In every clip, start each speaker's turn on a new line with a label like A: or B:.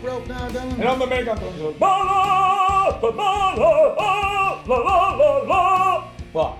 A: And I'm the main character. I'm just like, "Ba la, ba la, la, la, la, la, la, la." Well,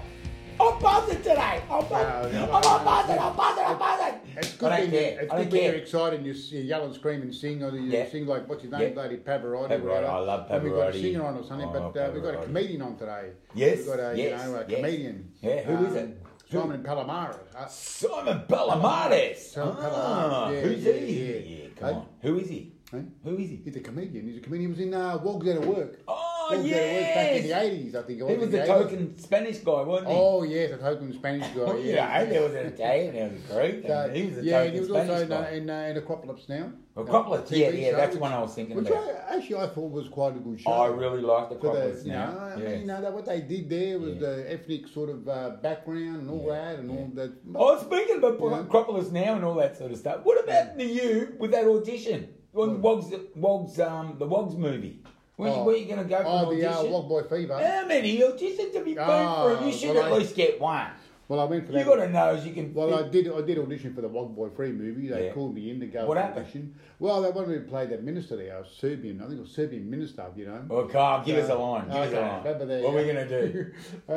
A: I'm buzzing today. I'm buzzing.
B: No, no,
A: I'm
B: no.
A: buzzing. I'm buzzing. I'm buzzing.
B: It's
C: I
B: good
C: don't
B: being it's
C: care. I
B: good
C: don't
B: being
C: care.
B: you're excited and you, s- you yell and scream and sing or you
C: Yeah.
B: sing like what's his name,
C: Yeah.
B: bloody Pavarotti.
C: Pavarotti,
B: right?
C: I love
B: And we've got a
C: Pavarotti.
B: singer on or something,
C: I
B: but
C: love
B: uh, we've got a
C: Pavarotti.
B: comedian on today.
C: Yes,
B: we've got a
C: yes,
B: you know a
C: yes.
B: comedian. Um,
C: Yeah, who is it? Who-
B: Simon Palomara. Uh,
C: Simon Palomares.
B: Simon
C: Ah,
B: Palomares. Yeah,
C: who's
B: yeah,
C: he?
B: yeah.
C: Yeah, come
B: Hey.
C: on. Who is he?
B: Huh?
C: Who is he?
B: eh? he's a comedian. He's a comedian. He was in uh, Wogs Out of Work.
C: Oh,
B: Wogs Out of Work back in the
C: yes.
B: eighties, I think. it
C: He was
B: in the
C: the
B: 80s.
C: token Spanish guy, wasn't he?
B: Oh yes, a token Spanish guy.
C: Well, you
B: yeah.
C: know, there was an Italian, there was a Greek,
B: So,
C: and he was a
B: yeah,
C: token
B: he was
C: Spanish
B: also in,
C: guy.
B: uh, in, uh, in Acropolis now.
C: Acropolis,
B: Uh,
C: yeah,
B: TV
C: yeah,
B: show,
C: that's
B: which-
C: one I was thinking
B: which
C: about.
B: I, actually, I thought was quite a good show.
C: I really liked the
B: For the-
C: Acropolis
B: you know,
C: now.
B: I
C: yeah.
B: mean, you know, that what they did there was
C: Yeah.
B: the ethnic sort of uh, background and all that and all that.
C: Oh, speaking about
B: Yeah.
C: Acropolis now and all that sort of stuff, what about the you with that audition on Wogs, Wogs, um, the Wogs movie? Where, you,
B: Oh.
C: where you going to go for
B: Oh,
C: an
B: the uh,
C: audition?
B: Wog Boy Fever.
C: How many auditions have you been
B: Ah,
C: for? You should
B: well,
C: at
B: I-
C: least get one.
B: Well, I went for
C: You
B: that.
C: got to know as you can.
B: Well, I
C: fit-
B: did. I did audition for the Wog Boy Free movie. They
C: Yeah.
B: called me in to go
C: What
B: for
C: happened?
B: audition. Well, they wanted me to play that minister there, a Serbian. I think it was Serbian minister. You know.
C: Well, Carl, Oh, give us a line. Give
B: Okay,
C: us a line.
B: remember there,
C: what are we
B: yeah.
C: going to do?
B: Uh,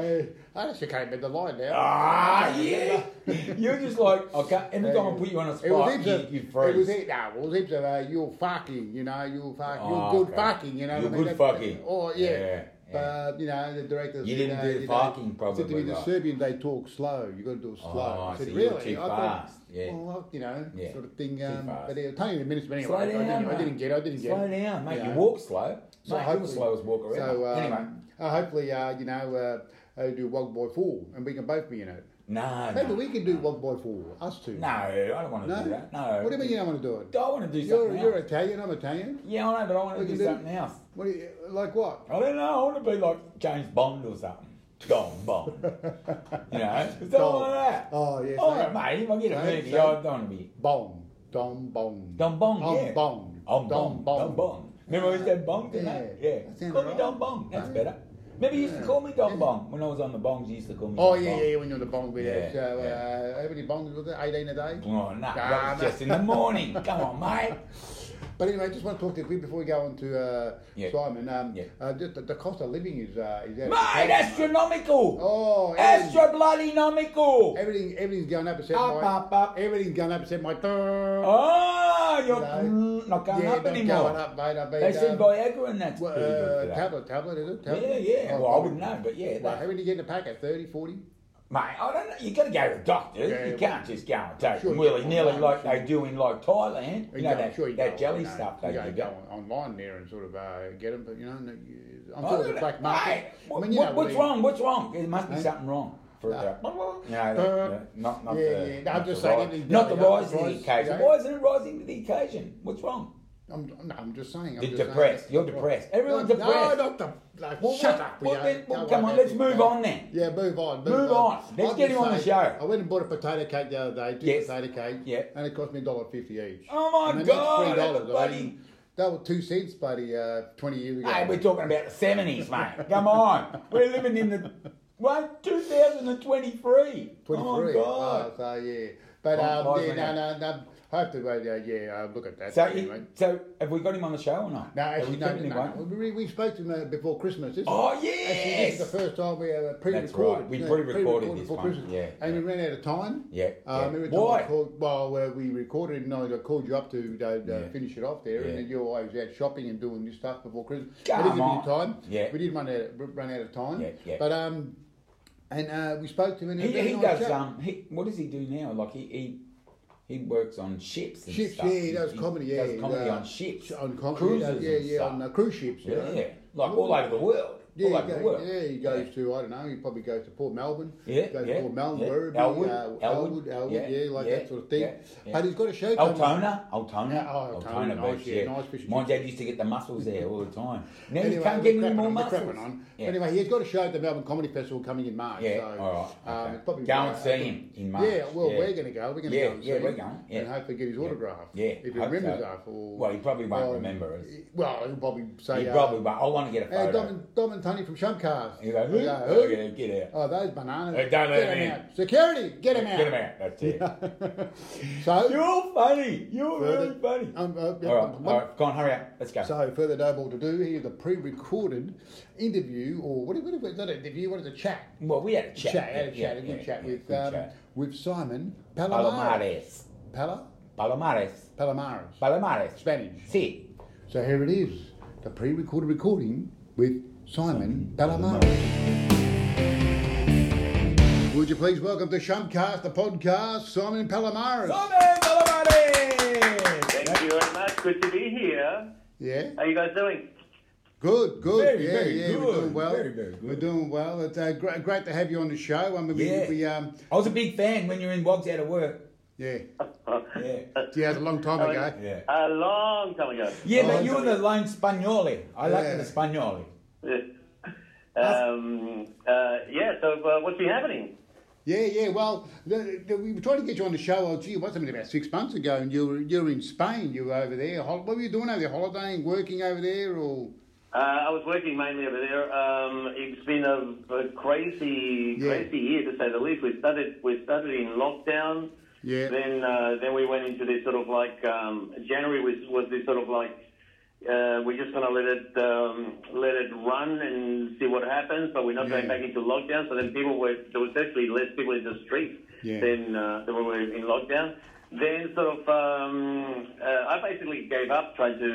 B: I actually can't remember the line now.
C: Ah, yeah. You're just like, okay, every time I put you on a
B: It was
C: spot,
B: heaps
C: you,
B: of,
C: you
B: it
C: freeze.
B: was heaps, no, it was heaps of, uh, you're fucking, you know, you're fuck,
C: Oh,
B: you're good
C: okay.
B: fucking, you know.
C: You're
B: what I mean?
C: good
B: That-
C: fucking.
B: Oh yeah.
C: Yeah,
B: But uh, you know, the director.
C: You
B: said,
C: didn't
B: uh,
C: do
B: you
C: fucking
B: know, said to
C: probably,
B: me, the
C: right.
B: Serbian they talk slow. You got to do it slow.
C: Oh,
B: I said,
C: so you were
B: really?
C: too
B: I thought,
C: fast, yeah.
B: Well, you know,
C: Yeah,
B: sort of thing.
C: too
B: Um,
C: fast.
B: but it was only the minutes. But anyway,
C: Slow
B: I,
C: down,
B: didn't, I
C: mate.
B: didn't get. I didn't get.
C: Slow down, mate. You
B: Yeah.
C: walk
B: So
C: slow. mate, you're the
B: hopefully-
C: slowest walker ever.
B: So um,
C: anyway,
B: uh, hopefully, uh, you know, uh, uh, do Wog Boy Four, and we can both be in it.
C: no,
B: Maybe
C: no,
B: we can do Wog Boy Four, us two.
C: no, I don't want to
B: No?
C: do that. No.
B: What do you mean you don't want to do it?
C: I want to do
B: You're,
C: something
B: you're
C: else.
B: Italian, I'm Italian.
C: Yeah, I know, but I want
B: We
C: to
B: can
C: do
B: do-
C: something else.
B: What do you, like what?
C: I don't know. I want to be like James Bond or something. Gone Bond. you know, something
B: Dom.
C: like that.
B: Oh, yes,
C: All
B: eh?
C: right, mate. If I get a
B: Eh,
C: movie,
B: so-
C: I don't want to be.
B: Bong. Dom Bong.
C: Dom Bong, yeah.
B: Bong.
C: Dom Bong. Dom Bong. Remember we said Bong tonight?
B: Yeah.
C: Yeah.
B: That sounded
C: Call me
B: right.
C: Dom Bong. That's
B: Yeah.
C: better. Remember you used to call me Dom
B: Yeah.
C: Bong when I was on the Bongs. You used to call me.
B: Oh,
C: Dom
B: yeah,
C: Bong.
B: yeah, yeah, when you're on the bong with
C: Yeah,
B: yeah, So,
C: yeah.
B: uh, how many bongs was it? 18 a day?
C: Oh, no,
B: Ah,
C: that was
B: no.
C: just in the morning. Come on, mate.
B: But anyway, I just want to talk to you quick before we go on to uh,
C: Yeah.
B: Simon. Um,
C: Yeah.
B: uh, just the, the cost of living is. Uh, is out of
C: Mate,
B: control.
C: astronomical.
B: Oh, everything-
C: Astro bloody nomical.
B: Everything, everything's going up except
C: Up,
B: my.
C: up, up.
B: Everything's going up except my.
C: Oh, you're
B: You
C: mm, not going
B: yeah,
C: up
B: not
C: anymore.
B: Going up, mate. I mean,
C: They said
B: um,
C: Viagra and that's
B: Well,
C: pretty good for
B: uh,
C: that.
B: tablet, tablet, is it? Tablet?
C: Yeah,
B: Oh,
C: yeah. well, I
B: tablet.
C: wouldn't know, but yeah.
B: Well,
C: that-
B: how many you get in a packet? 30, 40?
C: Mate, I don't know. You got to go to the doctor.
B: Yeah,
C: you
B: well,
C: can't just go and take
B: sure
C: them
B: you
C: willy
B: can.
C: nilly
B: I'm
C: like
B: sure.
C: they do in like Thailand. You know
B: can-
C: that,
B: you
C: that
B: can,
C: jelly
B: you know,
C: stuff
B: you
C: they
B: can
C: do.
B: go on- online there and sort of uh, get them, but you know, and you- I'm
C: I
B: sure
C: don't
B: the
C: know.
B: black market.
C: Oh, Mate,
B: I
C: what-
B: mean, you
C: what-
B: know,
C: what's
B: we-
C: wrong? What's wrong? There must be
B: Huh?
C: something wrong. For
B: Nah.
C: that. You know,
B: Uh,
C: that, that- not, not
B: yeah,
C: the,
B: yeah. No, I'm
C: not
B: just
C: the
B: saying
C: rise-
B: that it-
C: not the
B: yeah, the
C: rise to the
B: rise,
C: occasion.
B: yeah.
C: Why isn't it rising to the occasion? What's wrong?
B: I'm, no, I'm just saying. I'm
C: You're
B: just saying
C: depressed.
B: that's
C: You're
B: the
C: depressed.
B: problem.
C: Everyone's
B: no,
C: depressed.
B: No, not the. Like,
C: Well,
B: shut
C: what-
B: up.
C: well,
B: will ya?
C: then- well,
B: Don't
C: come
B: worry
C: on,
B: about
C: let's
B: it.
C: move on then.
B: Yeah, move on.
C: Move on. Let's
B: I'm
C: get
B: just
C: him on the
B: saying, I
C: show.
B: went and bought a potato cake the other day, two
C: Yes.
B: potato cake,
C: Yeah.
B: and it cost me $1.50 each.
C: Oh, my
B: I mean,
C: God,
B: That's $3.
C: that's
B: I
C: bloody-
B: mean, that was two cents, buddy, uh, 20 years ago.
C: Hey, we're talking about the seventies, mate. Come on, we're living in the what 2023.
B: 23.
C: Oh my God.
B: Oh, so, yeah. But,
C: Time
B: um,
C: flies
B: yeah,
C: when
B: no, no,
C: it-
B: no. Hopefully, uh, yeah, uh, look at that.
C: so,
B: anyway.
C: he- so have we got him on the show or not?
B: No,
C: Have
B: actually,
C: we
B: no,
C: given him
B: no,
C: one?
B: We, we spoke to him uh, before Christmas. This
C: Oh,
B: Actually, this is
C: yes.
B: the first time we uh, pre-recorded.
C: right. We
B: yeah,
C: pre-recorded this
B: before
C: one.
B: Christmas.
C: Yeah,
B: And
C: yeah.
B: we ran out of time.
C: Yeah, yeah.
B: Um, every time
C: Why?
B: I called, well, uh, we recorded and I called you up to uh, uh,
C: Yeah.
B: finish it off there,
C: Yeah.
B: and then you're always out shopping and doing this stuff before Christmas.
C: Come
B: we didn't give you
C: on.
B: time.
C: Yeah.
B: We did run out, run out of time.
C: Yeah, yeah.
B: But um, and uh, we spoke to him. And it was a
C: He,
B: very
C: he
B: nice
C: does.
B: chat.
C: Um, he, what does he do now? Like he he, he works on ships. And
B: Ships,
C: stuff.
B: yeah, he does comedy, yeah,
C: does
B: he
C: comedy
B: does.
C: on ships,
B: on comedy,
C: cruises,
B: yeah, yeah,
C: and stuff.
B: on uh, cruise ships, you
C: yeah,
B: know.
C: yeah, like all over the world,
B: Yeah,
C: all
B: he
C: over the
B: go-
C: world.
B: yeah, he goes to I don't know. He probably goes to Port Melbourne.
C: Yeah,
B: goes
C: yeah,
B: to Port Melbourne,
C: yeah.
B: Werribee,
C: Elwood,
B: uh,
C: Elwood,
B: Elwood, Elwood, yeah,
C: yeah,
B: like
C: yeah,
B: that sort of thing.
C: yeah, yeah.
B: But he's got a show coming.
C: Altona, Altona,
B: Yeah, oh, Altona, nice,
C: Beach,
B: yeah, nice fish and
C: My
B: chips.
C: dad used to get the mussels there all the time. Now
B: Anyway,
C: you can't
B: we're
C: get any
B: crapping
C: more
B: on, we're
C: mussels.
B: crapping on.
C: Yeah.
B: Anyway, he's got a show at the Melbourne Comedy Festival coming in March.
C: Yeah,
B: so,
C: all right,
B: Um,
C: okay.
B: it's probably
C: Go and
B: uh,
C: see him in March,
B: Yeah, well,
C: yeah.
B: we're going to go. We're going to
C: Yeah,
B: go and
C: yeah,
B: see
C: we're
B: him
C: going, yeah.
B: and hopefully get his autograph.
C: Yeah,
B: if he
C: hope
B: remembers
C: so.
B: us. Or,
C: Well, he probably won't
B: or-
C: remember us.
B: Well, he'll probably say.
C: you
B: uh,
C: probably, but I want to get a
B: Hey,
C: photo.
B: Dom, Dom and Tony from Shumcars.
C: You go,
B: We
C: who?
B: go,
C: Oh, Get out. Get out.
B: Oh, those bananas.
C: Hey, don't let
B: Get 'em
C: him in.
B: out. Security, get him out.
C: Get him out. That's it.
B: So,
C: You're funny. You're really funny.
B: um, uh,
C: all right, all right. Go on, hurry up. Let's go.
B: So, further no ball to do, here's a pre recorded interview, or what, what, what is that an interview? What is a chat?
C: well, we had a chat.
B: Chat, had a
C: Yeah,
B: chat, a
C: yeah,
B: good chat
C: yeah,
B: with
C: good
B: um,
C: chat.
B: with Simon Palomares.
C: Palomares.
B: Pala?
C: Palomares.
B: Palomares.
C: Palomares.
B: Spanish.
C: Sí.
B: So here it is, the pre-recorded recording with Simon Palomares. Would you please welcome to Shumpcast, the podcast, Simon Palomares.
C: Simon Palomares.
D: Thank you very much. Good to be here.
B: Yeah,
D: How you guys doing?
B: good, good.
C: Very,
B: yeah,
C: very
B: yeah, we're
C: good.
B: doing well.
C: Very, very good.
B: We're doing well. It's uh, great, great to have you on the show. I mean, we,
C: Yeah.
B: we um,
C: I was a big fan when you were in Wogs Out of Work.
B: yeah,
C: Yeah.
B: yeah, it was a long time ago.
C: Yeah.
D: A long time ago.
C: Yeah,
B: Oh,
C: but you were the
D: sorry.
C: lone Spagnoli. I
B: Yeah.
C: like the Spagnoli.
D: Um, uh, yeah, so uh, what's been happening?
B: Yeah, yeah. Well, the, the, we were trying to get you on the show. Oh, gee, what's something about six months ago? And you were you were in Spain. You were over there. Hol- What were you doing over there? Holidaying, working over there, or
D: Uh, I was working mainly over there. Um, it's been a, a crazy,
B: Yeah.
D: crazy year to say the least. We started, we started in lockdown.
B: Yeah.
D: Then, uh, then we went into this sort of like um, January was was this sort of like uh, we're just going to let it um, let it run and see what happens. But we're not going
B: Yeah.
D: back into lockdown. So then people were there was actually less people in the street
B: Yeah.
D: than uh, than we were in lockdown. Then sort of um, uh, I basically gave up trying to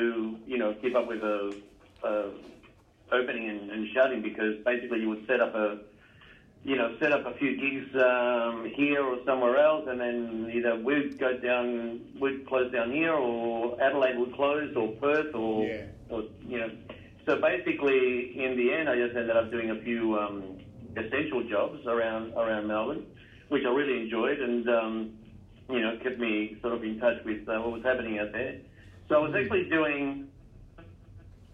D: you know keep up with the uh, opening and, and shutting because basically you would set up a you know, set up a few gigs um, here or somewhere else, and then either we'd go down, we'd close down here, or Adelaide would close, or Perth, or,
B: Yeah.
D: or you know. So basically, in the end, I just ended up doing a few um, essential jobs around around Melbourne, which I really enjoyed, and um, you know, kept me sort of in touch with uh, what was happening out there. So I was actually doing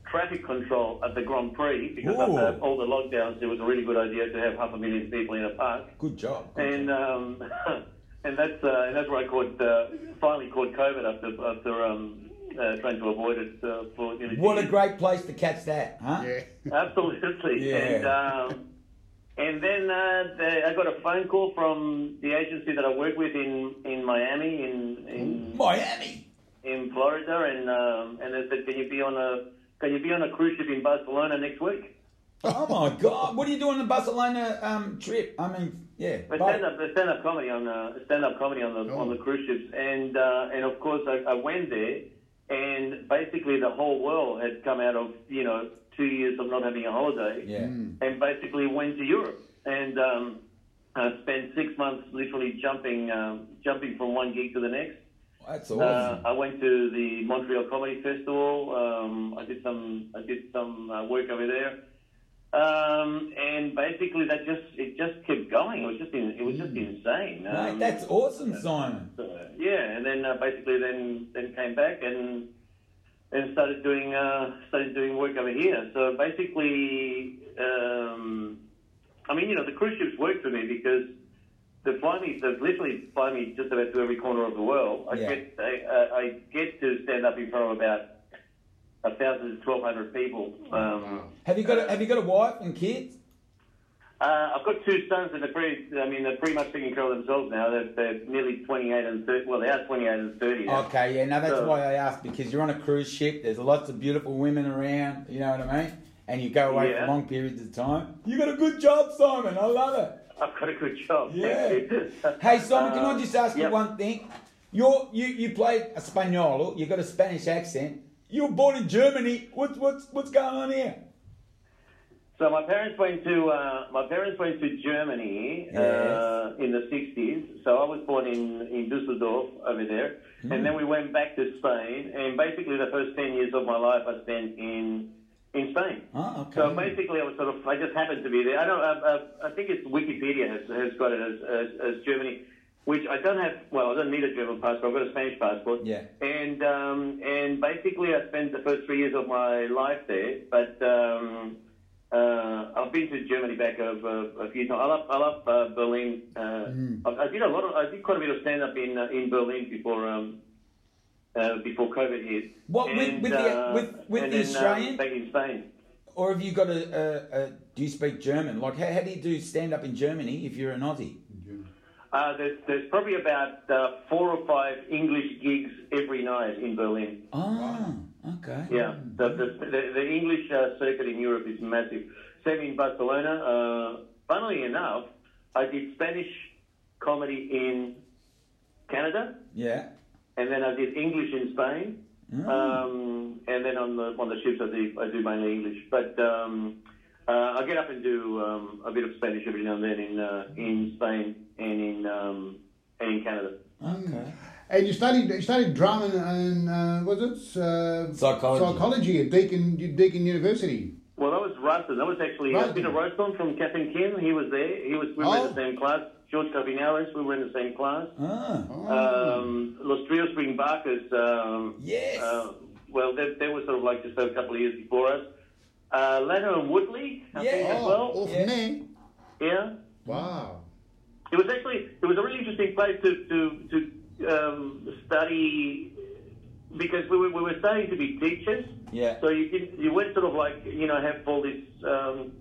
D: traffic control at the Grand Prix because
C: Ooh.
D: after all the lockdowns, it was a really good idea to have half a million people in a park,
C: Good job. good
D: and
C: job.
D: um, and that's uh, and that's where I caught uh, finally caught COVID after after um, uh, trying to avoid it uh, for nearly two
C: what a
D: years.
C: great place to catch that, huh?
B: yeah,
D: Absolutely.
C: Yeah.
D: And um, and then uh, they, I got a phone call from the agency that I work with in, in Miami in in,
C: Miami.
D: in Florida, and um, and they said, can you be on a can you be on a cruise ship in Barcelona next week?
C: Oh my God! What are you doing in Barcelona um, trip? I mean, yeah.
D: A
C: but-
D: stand up, a stand up comedy on the stand up comedy on the
B: Oh.
D: on the cruise ships, and uh, and of course I, I went there, and basically the whole world had come out of you know two years of not having a holiday,
C: Yeah.
D: and basically went to Europe and um, uh, spent six months literally jumping um, jumping from one gig to the next.
C: That's
D: Uh,
C: awesome.
D: I went to the Montreal Comedy Festival. Um, I did some I did some uh, work over there, um, and basically that just it just kept going. It was just in, it was just insane.
C: Mate,
D: Um,
C: that's awesome, Simon.
D: uh, yeah, and then uh, basically then then came back and and started doing uh, started doing work over here. So basically, um, I mean, you know, the cruise ships work for me because they fly me, they literally fly me just about to every corner of the world. I
C: Yeah.
D: get I, I, I get to stand up in front of about a thousand to twelve hundred people.
C: Oh,
D: Um,
C: Have you got a, Have you got a wife and kids?
D: uh, I've got two sons, and they're pretty. I mean, they're pretty much taking care of themselves now. They're, they're nearly twenty-eight and thirty. Well, they are twenty-eight and thirty. Now.
C: Okay, yeah. Now that's
D: No.
C: why I asked because you're on a cruise ship. There's lots of beautiful women around. You know what I mean? And you go away
D: Yeah.
C: for long periods of time. You got a good job, Simon. I love it.
D: I've got a good job.
C: Yeah.
D: Thank you.
C: Hey, Simon, can I
D: Um,
C: just ask you
D: yep.
C: one thing? You're, you you played Espanol. You got a Spanish accent. You were born in Germany. What's what's what's going on here?
D: So my parents went to uh, my parents went to Germany uh, in the '60s. So I was born in in Düsseldorf over there, and
C: Hmm.
D: then we went back to Spain. And basically, the first ten years of my life I spent in in Spain.
C: Oh, okay.
D: So basically, I was sort of I just happened to be there. I don't. I, I, I think it's Wikipedia has, has got it as, as, as Germany, which I don't have. Well, I don't need a German passport. I've got a Spanish passport.
C: Yeah.
D: And um, and basically, I spent the first three years of my life there. But um, uh, I've been to Germany back a, a, a few times. I love I love uh, Berlin. Uh,
C: Mm.
D: I, I did a lot of I did quite a bit of stand up in uh, in Berlin before. Um, uh, before COVID hit.
C: What, with- with the- with- with the
D: and then, uh,
C: Australian-
D: back in Spain.
C: or have you got a, a, a do you speak German? Like, how, how do you do stand up in Germany if you're an Aussie?
D: Uh, there's, there's probably about uh, four or five English gigs every night in Berlin.
C: Oh, okay.
D: Yeah, the, the, the, the English uh, circuit in Europe is massive. Same in Barcelona. Uh, funnily enough, I did Spanish comedy in Canada,
C: Yeah.
D: and then I did English in Spain, um, and then on the on the ships I do I do mainly English. But um, uh, I get up and do um, a bit of Spanish every now and then in uh, in Spain and in um, and in Canada.
C: Okay.
B: And you studied you studied drama and, and uh, was it uh,
C: Psychology.
B: psychology at Deakin Deakin University?
D: Well, that was Ruston. That was actually uh,
B: Ruston.
D: Peter Ruston from Captain Kim. He was there. He was. We were in
B: Oh.
D: the same class. George Cavinaris. We were in the same class.
C: Ah.
B: Oh.
D: Um, Los Trios Ringbarkers. Um,
C: Yes.
D: Uh, well, they, they were sort of like just a couple of years before us. Uh, Leno and Woodley. I think
C: Yeah.
D: as
B: oh,
D: well.
B: all from
C: yeah.
B: there.
D: Yeah.
B: Wow.
D: It was actually it was a really interesting place to to, to um, study because we were, we were starting to be teachers.
C: Yeah.
D: So you didn't, you weren't sort of like, you know, have all these um,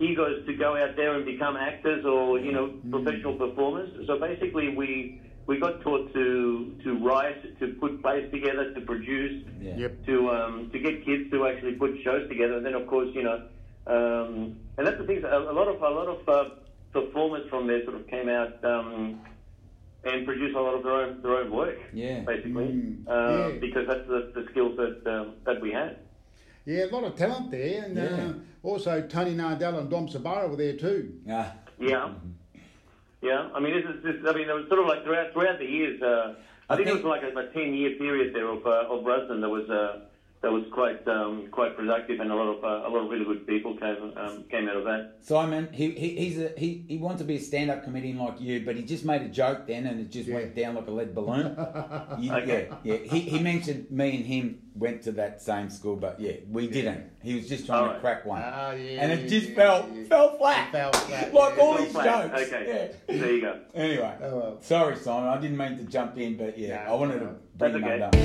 D: egos to go out there and become actors or, you know,
B: Mm.
D: professional performers. So basically we, we got taught to, to write, to put plays together, to produce,
C: Yeah.
B: Yep.
D: to, um, to get kids to actually put shows together. And then of course, you know, um, and that's the thing, a, a lot of, a lot of uh, performers from there sort of came out um, and produced a lot of their own, their own work.
C: Yeah.
D: Basically,
B: Mm.
D: uh,
B: Yeah.
D: because that's the, the skills that um, that we had.
B: Yeah, a lot of talent there, and
C: Yeah.
B: uh, also Tony Nardella and Dom Sabara were there too.
C: Ah.
D: Yeah. Yeah. I mean, this is this, I mean, it was sort of like throughout throughout the years. Uh, I,
C: I
D: think,
C: think-
D: it was like a, a ten year period there of uh, of Ruston that was uh, that was quite um, quite productive, and a lot of uh, a lot of really good people came um, came out of that.
C: Simon, he, he he's a he, he wants to be a stand up comedian like you, but he just made a joke then and it just went down like a lead balloon. You-
D: Okay.
C: Yeah, yeah. He, he mentioned me and him went to that same school, but yeah, we didn't. He was just trying to
D: Alright.
C: crack one.
B: Ah, yeah,
C: and it just
B: yeah,
C: fell
B: yeah.
C: fell flat.
B: It fell flat,
C: like
B: yeah.
C: all
D: Well
C: his
D: planned.
C: jokes.
D: Okay.
C: Yeah.
D: There you go.
C: Anyway.
B: Oh, well.
C: Sorry, Simon, I didn't mean to jump in, but yeah,
B: No,
C: I wanted to
B: no.
C: bring him
D: That's okay.
C: under.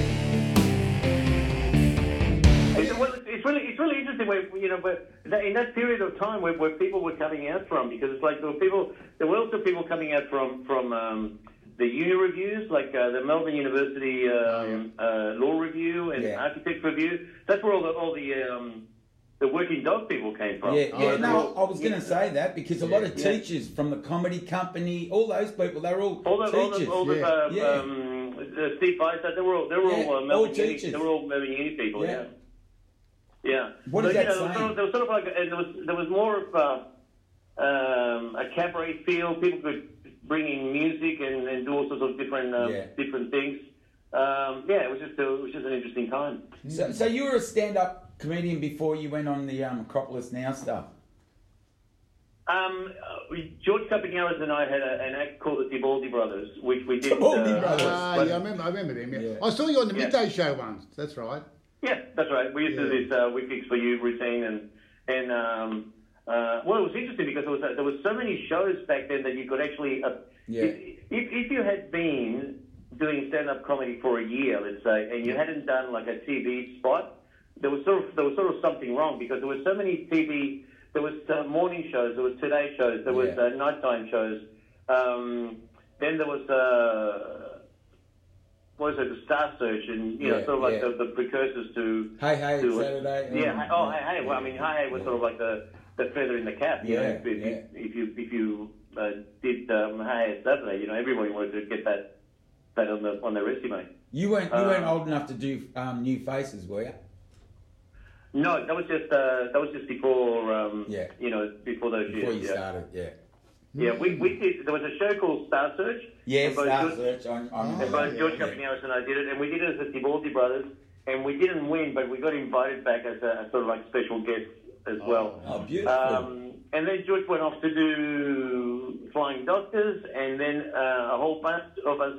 D: It's, well, it's really it's really interesting where you know, but that, in that period of time where, where people were coming out from because it's like there were people there were also people coming out from from um, the uni reviews like uh, the Melbourne University um, uh, law review and
C: Oh, Yeah.
D: architect review. That's where all the all the um, the working dog people came from.
C: Yeah, yeah.
B: Oh,
C: No,
D: well,
C: I was going to
D: yeah.
C: say that because a lot of
D: Yeah.
C: teachers from the comedy company, all those people, they were all,
D: All the, all
C: teachers.
D: the, all the,
B: yeah.
D: um,
C: Yeah.
D: Um, uh, Steve Feister, they were all, they were
C: Yeah,
D: all, uh,
C: all
D: Melbourne Uni,
C: teachers.
D: they were all Melbourne Uni people,
C: Yeah.
D: yeah. Yeah.
C: What
D: so,
C: is
D: you
C: that
D: know, there was sort
C: saying?
D: of- There was sort of like, a, there was, there was more of a, um, a cabaret feel, people could bring in music and, and do all sorts of different, um,
C: Yeah.
D: different things. Um, yeah, it was just, a, it was just an interesting time.
C: So, so you were a stand-up comedian before you went on the um, Acropolis Now stuff.
D: Um, uh, George Capignaras and I had a, an act called the Tibaldi Brothers, which we did.
C: Tibaldi
D: uh,
C: Brothers.
B: Ah,
D: but-
B: yeah, I remember, I remember them. Yeah.
C: Yeah.
B: I saw you on the
D: Yeah.
B: midday show once. That's right.
D: Yeah, that's right. We used to
B: Yeah.
D: do this uh, "We Fix for You" routine, and and um, uh, well, it was interesting because there was uh, there was so many shows back then that you could actually, uh,
C: Yeah.
D: if, if if you had been doing stand up comedy for a year, let's say, and you hadn't done like a TV spot, there was sort of there was sort of something wrong because there were so many TV. There was uh, morning shows, there was today shows, there was
C: Yeah.
D: uh, nighttime shows. Um, then there was. Uh, what is it, the Star Search, and you know,
C: Yeah,
D: sort of like
C: yeah.
D: the, the precursors to
C: Hey, hey,
D: to
C: it's
D: it.
C: Saturday.
D: Yeah.
C: um,
D: hey- oh, hey, hey. Well, I mean, hey, hey was
C: Yeah.
D: sort of like the, the feather in the cap. You
C: Yeah,
D: know, if, if,
C: yeah.
D: you if you if you uh, did um, hey it's Saturday, you know, everybody wanted to get that that on the on their resume.
C: You weren't you
D: Um,
C: weren't old enough to do um, new faces, were you?
D: No, that was just uh, that was just before um,
C: Yeah.
D: you know before those
C: Before
D: years.
C: you
D: yeah.
C: started, yeah.
D: Yeah, we, we did. There was a show called Star Search.
C: Yeah,
D: and both
C: Star
D: George-
C: Search. I'm, I'm,
D: And both
C: yeah,
D: George
C: yeah.
D: Campanaris and I did it, and we did it as the Tibaldi brothers, and we didn't win, but we got invited back as a, a sort of like special guest as well.
C: Oh, beautiful.
D: Um, and then George went off to do Flying Doctors, and then uh, a whole bunch of us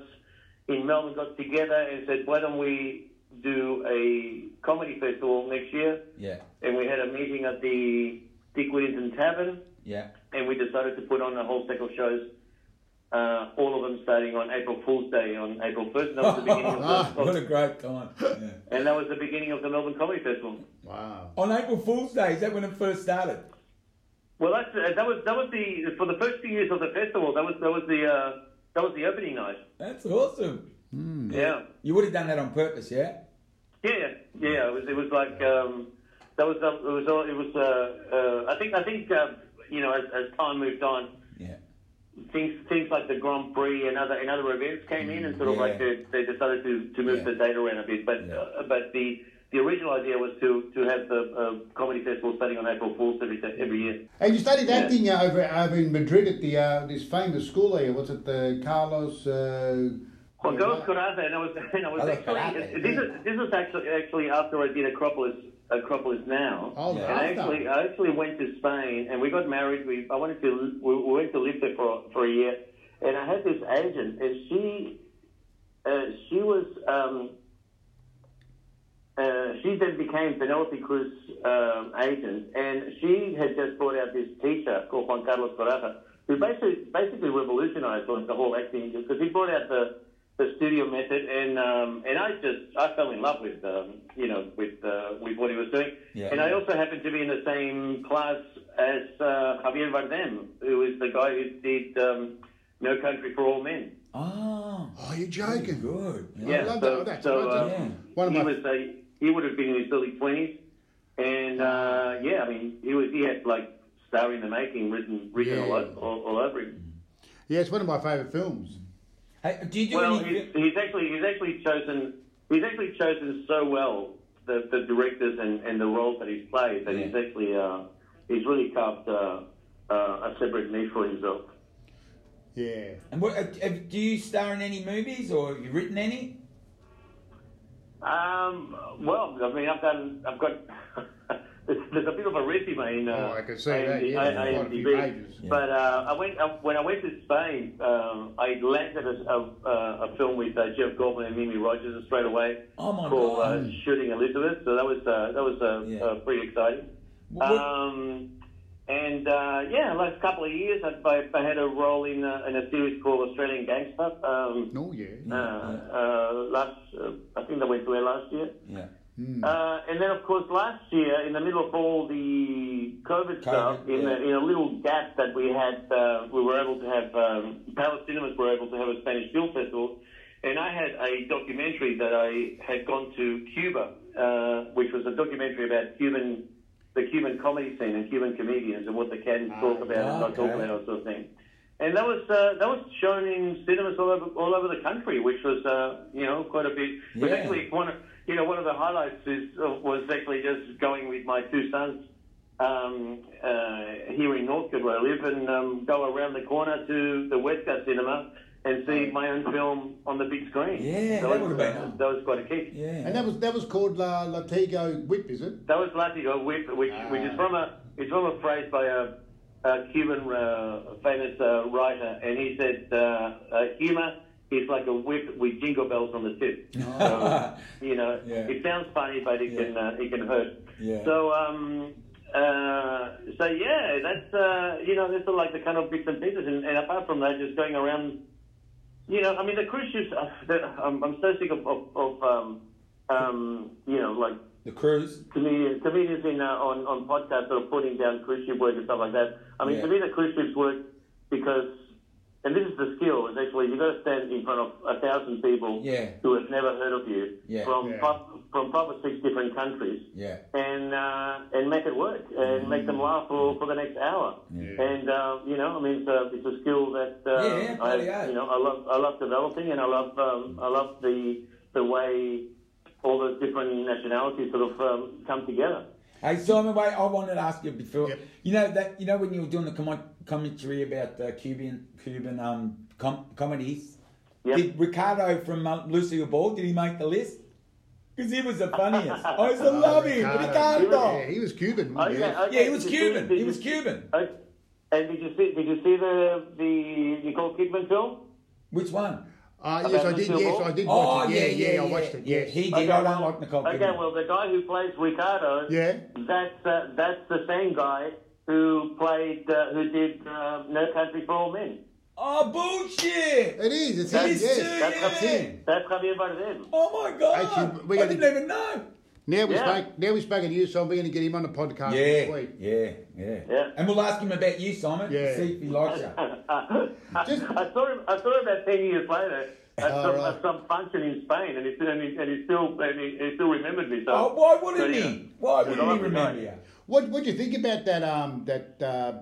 D: in Melbourne got together and said, why don't we do a comedy festival next year?
C: yeah,
D: And we had a meeting at the Dick Whittington Tavern,
C: yeah.
D: and we decided to put on a whole stack of shows uh, all of them starting on April Fool's Day on April 1st. And that was the beginning of
B: Ah,
D: the,
C: What
D: of,
C: a great time. Yeah.
D: and that was the beginning of the Melbourne Comedy Festival.
B: Wow.
C: On April Fool's Day, is that when it first started?
D: Well, that's, uh, that was that was the for the first few years of the festival. That was that was the uh, that was the opening night.
C: That's awesome. Hmm.
D: Yeah.
C: You would have done that on purpose, yeah?
D: Yeah, yeah. It was. It was like um, that was. Um, it was. all It was. Uh, uh, I think. I think. Uh, you know, as, as time moved on,
C: Yeah.
D: things things like the Grand Prix and other and other events came in, and sort of
C: Yeah.
D: like they, they decided to, to move
C: Yeah.
D: the date around a bit. But
C: Yeah.
D: uh, but the the original idea was to to have the uh, comedy festival starting on April Fools every every year.
B: And you studied
D: Yeah.
B: acting uh, over over in Madrid at the uh, this famous school here. What's it, the Carlos? Uh,
D: Well, Girls Karate, and I was, and I was
C: Oh, that's
D: actually,
C: karate,
D: this
C: yeah.
D: is this is actually actually after I did Acropolis Acropolis now.
B: Oh,
D: and I
B: after.
D: actually I actually went to Spain and we got married. We I wanted to we, we went to live there for for a year, and I had this agent, and she uh, she was um, uh, she then became Penelope Cruz um, agent, and she had just brought out this teacher called Juan Carlos Barata, who basically basically revolutionised like, the whole acting industry because he brought out the the studio method, and um, and I just I fell in love with um, you know with uh, with what he was doing,
C: Yeah.
D: and I also happened to be in the same class as uh, Javier Bardem, who is the guy who did um, No Country for All Men.
C: Oh,
B: Oh, you're joking.
C: good.
D: Yeah,
B: love
D: so,
B: that. That's-
D: so,
B: that's-
D: uh,
C: yeah.
B: One of
D: he
B: my-
D: was a, he would have been in his early twenties, and uh, yeah, I mean, he was he had like star in the making written written all,
B: Yeah.
D: o- all, all over him.
B: Yeah, it's one of my favourite films.
C: Hey, do you do
D: Well,
C: any...
D: he's, he's actually he's actually chosen he's actually chosen so well the, the directors and, and the roles that he's played that
C: Yeah.
D: he's actually uh, he's really carved uh, uh, a separate niche for himself.
B: Yeah.
C: And what, uh, uh, do you star in any movies or have you written any?
D: Um, well, I mean, I've done, I've got, there's, there's a bit of a resume in, uh,
B: Oh, I can see that,
D: IMD
B: yeah,
D: I-
B: quite a few
D: IMDb.
B: pages.
C: Yeah.
D: But uh, I went I, when I went to Spain, um, I landed a, a, a film with uh, Jeff Goldblum and Mimi Rogers straight away
C: Oh, my
D: called
C: God.
D: uh, Shooting Elizabeth. So that was uh, that was uh,
C: Yeah.
D: uh, pretty exciting.
C: What-
D: Um, and uh, yeah, last couple of years, I, I, I had a role in a, in a series called Australian Gangster. Um,
B: No, yeah.
D: uh, uh, last, uh, I think they went to air last year.
C: yeah.
D: Uh, and then, of course, last year, in the middle of all the COVID, stuff,
C: COVID,
D: in,
C: yeah.
D: a, in a little gap that we had, uh, we were able to have, um, Palace Cinemas were able to have a Spanish film festival. And I had a documentary that I had gone to Cuba, uh, which was a documentary about Cuban, the Cuban comedy scene and Cuban comedians and what they can talk about and not talk
C: okay.
D: about, that sort of thing. And that was uh, that was shown in cinemas all over all over the country, which was uh, you know quite a bit. It was
C: Yeah.
D: actually one of you know one of the highlights is uh, was actually just going with my two sons um, uh, here in Northcote where I live and um, go around the corner to the Westgate Cinema and see my own film on the big screen.
C: Yeah, that
D: was- uh,
C: would've been-
D: that was quite a kick.
C: Yeah.
B: And that was that was called La Latigo Whip, is it?
D: That was Latigo Whip, which, which
C: Ah.
D: is from a it's from a phrase by a, a Cuban uh, famous uh, writer, and he said uh, uh, humor is like a whip with jingle bells on the tip. So, you know,
C: Yeah.
D: it sounds funny, but it can uh, it can hurt.
C: Yeah.
D: So um, uh, so yeah, that's uh, you know, that's like the kind of bits and pieces, and, and apart from that, just going around you know, I mean, the cruise ships. Uh, the, I'm, I'm so sick of, of, of um, um, you know, like
C: The cruise.
D: comedians, comedians in, uh, on on podcasts sort of putting down cruise ship work and stuff like that. I mean,
C: Yeah.
D: to me, the cruise ships work because, and this is the skill is actually you got to stand in front of a thousand people
C: Yeah.
D: who have never heard of you
C: Yeah.
D: from
B: Yeah.
D: Five, from five or six different countries
C: Yeah.
D: and uh, and make it work
C: Mm.
D: and make them laugh for, for the next hour. And uh, you know, I mean, it's a, it's a skill that uh,
C: Yeah, yeah, bloody
D: I
C: hell.
D: you know I love I love developing and I love um, I love the the way all those different nationalities sort of um, come together.
C: Hey Simon, wait. I wanted to ask you before.
B: Yep.
C: You know that you know when you were doing the com- commentary about uh, Cuban Cuban um com- comedies.
D: Yep.
C: Did Ricardo from uh, Lucille Ball? Did he make the list? Because he was the funniest. I used to love him, Ricardo.
B: Oh, Yeah, he was Cuban.
D: Oh,
B: wasn't he?
D: yeah,
C: Yeah, he was
D: did you see-
C: Cuban.
D: did
C: He
D: you-
C: was Cuban.
D: Oh, And did you see did you see the the Nicole Kidman film?
C: Which one?
B: Uh, yes, I did. Yes, I did watch
C: Oh
B: it. Yeah, yeah, I watched it. Yes.
C: He did.
D: Okay,
C: I don't
D: well-
C: like Nicole Kidman.
D: Okay, well, the guy who plays Ricardo,
B: Yeah.
D: that's uh, that's the same guy who played uh, who did uh, No Country for All Men.
C: Oh, bullshit!
B: It is. It's
C: That
B: him.
C: is
B: Yes.
C: true.
D: That's
C: Yeah.
D: Javier. That's Javier Bardem.
C: Oh my god!
B: Actually, we
C: I
B: gotta-
C: didn't even know.
B: Now we
D: Yeah.
B: spoke. Now we spoke to you, so we're going to get him on the podcast this
C: Yeah,
B: week.
C: yeah, yeah,
D: Yeah.
C: And we'll ask him about you, Simon.
B: Yeah.
C: See if he likes you.
B: Just-
D: I saw him. I saw him about ten years later at,
B: Oh,
D: some,
B: right.
D: at some function in Spain, and he still and he, and he still and he, he still remembered me. So
C: Oh, why wouldn't
D: so, yeah.
C: he? Why
D: Yeah,
C: wouldn't he
D: lovely
C: remember
D: guy.
C: you?
B: What What do you think about that um that uh,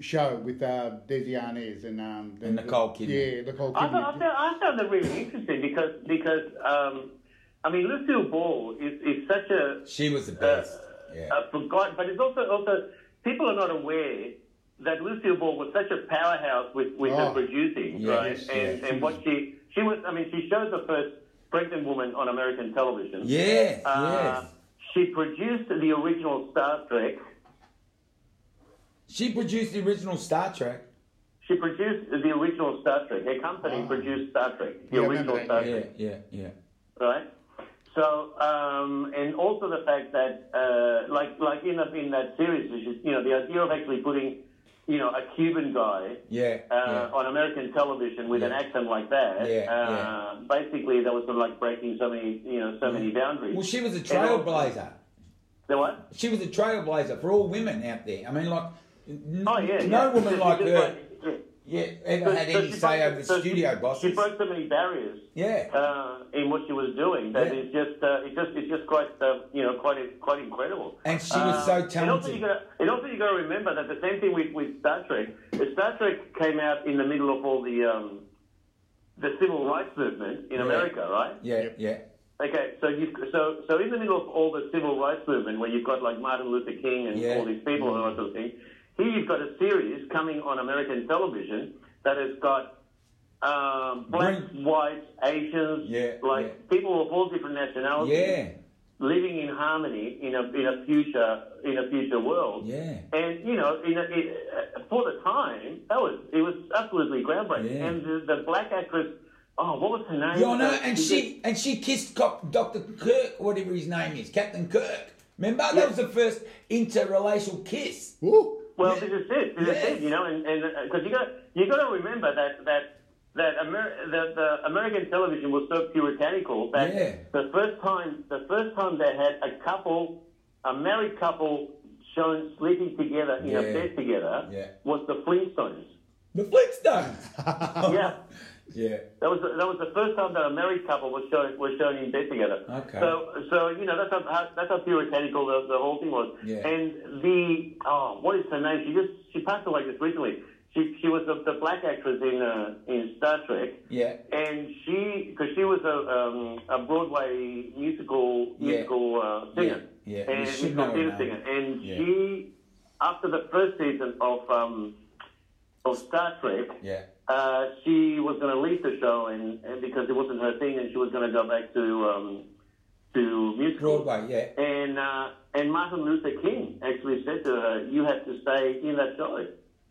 B: show with uh, Desi Arnaz and um the,
C: And Nicole Kidman.
B: Yeah, Nicole
D: I, thought, I,
B: Kidman.
D: found, I found that really interesting because because um, I mean Lucille Ball is, is such a
C: She was the best. yeah.
D: uh, forgotten, but it's also also people are not aware that Lucille Ball was such a powerhouse with with
B: Oh,
D: her producing,
C: yes,
D: right?
C: yes.
D: and and what she she was, I mean, she showed the first pregnant woman on American television.
C: yes.
D: Uh,
C: yes.
D: She produced the original Star Trek.
C: She produced the original Star Trek.
D: She produced the original Star Trek. Her company
B: Wow.
D: produced Star Trek, the
B: Yeah, I remember
D: original
B: that,
D: Star
C: Yeah,
D: Trek,
C: yeah, yeah.
D: right? So, um, and also the fact that, uh, like, like in, the, in that series, which is, you know, the idea of actually putting, you know, a Cuban guy
C: Yeah.
D: uh, on American television with an
C: Yeah.
D: accent like that,
C: Yeah,
D: uh,
C: yeah.
D: basically that was sort of like breaking so many, you know, so many
C: yeah.
D: boundaries.
C: Well, she was a
D: And also-
C: trailblazer.
D: The what?
C: She was a trailblazer for all women out there. I mean, like, n-
D: Oh, yeah.
C: no
D: yeah.
C: woman
D: She
C: like
D: did
C: her
D: like-
C: yeah, ever had
D: So
C: any
D: she
C: say
D: broke-
C: over
D: so
C: the
D: she-
C: studio
D: She
C: bosses.
D: broke so many barriers.
C: Yeah.
D: Uh, in what she was doing, that
C: Yeah.
D: it's just, uh, it's just, it's just quite, uh, you know, quite, quite incredible.
C: And she was
D: Uh,
C: so
D: And also, you
C: talented.
D: gotta, and also you got to remember that the same thing with, with Star Trek. The Star Trek came out in the middle of all the, um, the civil rights movement in
C: Yeah.
D: America, right?
C: Yeah, yeah.
D: Okay, so you so so in the middle of all the civil rights movement, where you've got like Martin Luther King and
C: Yeah.
D: all these people and all that sort of thing, here you've got a series coming on American television that has got um, blacks,
C: Bring-
D: whites, Asians,
C: Yeah,
D: like
C: yeah.
D: people of all different nationalities,
C: Yeah,
D: living in harmony in a in a future in a future world.
C: yeah.
D: And you know, in a, it, uh, for the time, that was it was absolutely groundbreaking.
C: Yeah.
D: And the, the black actress, oh, what was her name?
C: Your Honor, and
D: She's a-
C: she and she kissed Cop, Dr. Kirk, whatever his name is, Captain Kirk. Remember that was the first interrelational kiss.
B: Woo!
D: Well,
C: Yeah.
D: this is it. This
C: Yeah.
D: is it. You know, and because you got you got to remember that that that Amer- the, the American television was so puritanical that
C: Yeah.
D: the first time the first time they had a couple, a married couple, shown sleeping together in
C: Yeah.
D: a bed together
C: Yeah.
D: was the Flintstones.
C: The Flintstones.
D: yeah.
C: yeah.
D: That was that was the first time that a married couple was shown was shown in bed together.
C: Okay.
D: So so you know that's how that's how puritanical the, the whole thing was.
C: Yeah.
D: And the oh what is her name? She just she passed away just recently. She she was the, the black actress in uh, in Star Trek.
C: Yeah.
D: And she because she was a um, a Broadway musical
C: Yeah.
D: musical uh, singer.
C: Yeah, yeah. You
D: And
C: should know her
D: theater
C: name.
D: singer. And
C: Yeah.
D: she after the first season of um, of Star Trek.
C: Yeah.
D: Uh, she was going to leave the show, and, and because it wasn't her thing, and she was going to go back to um, to musical.
C: Broadway, yeah.
D: And uh, and Martin Luther King actually said to her, "You have to stay in that show.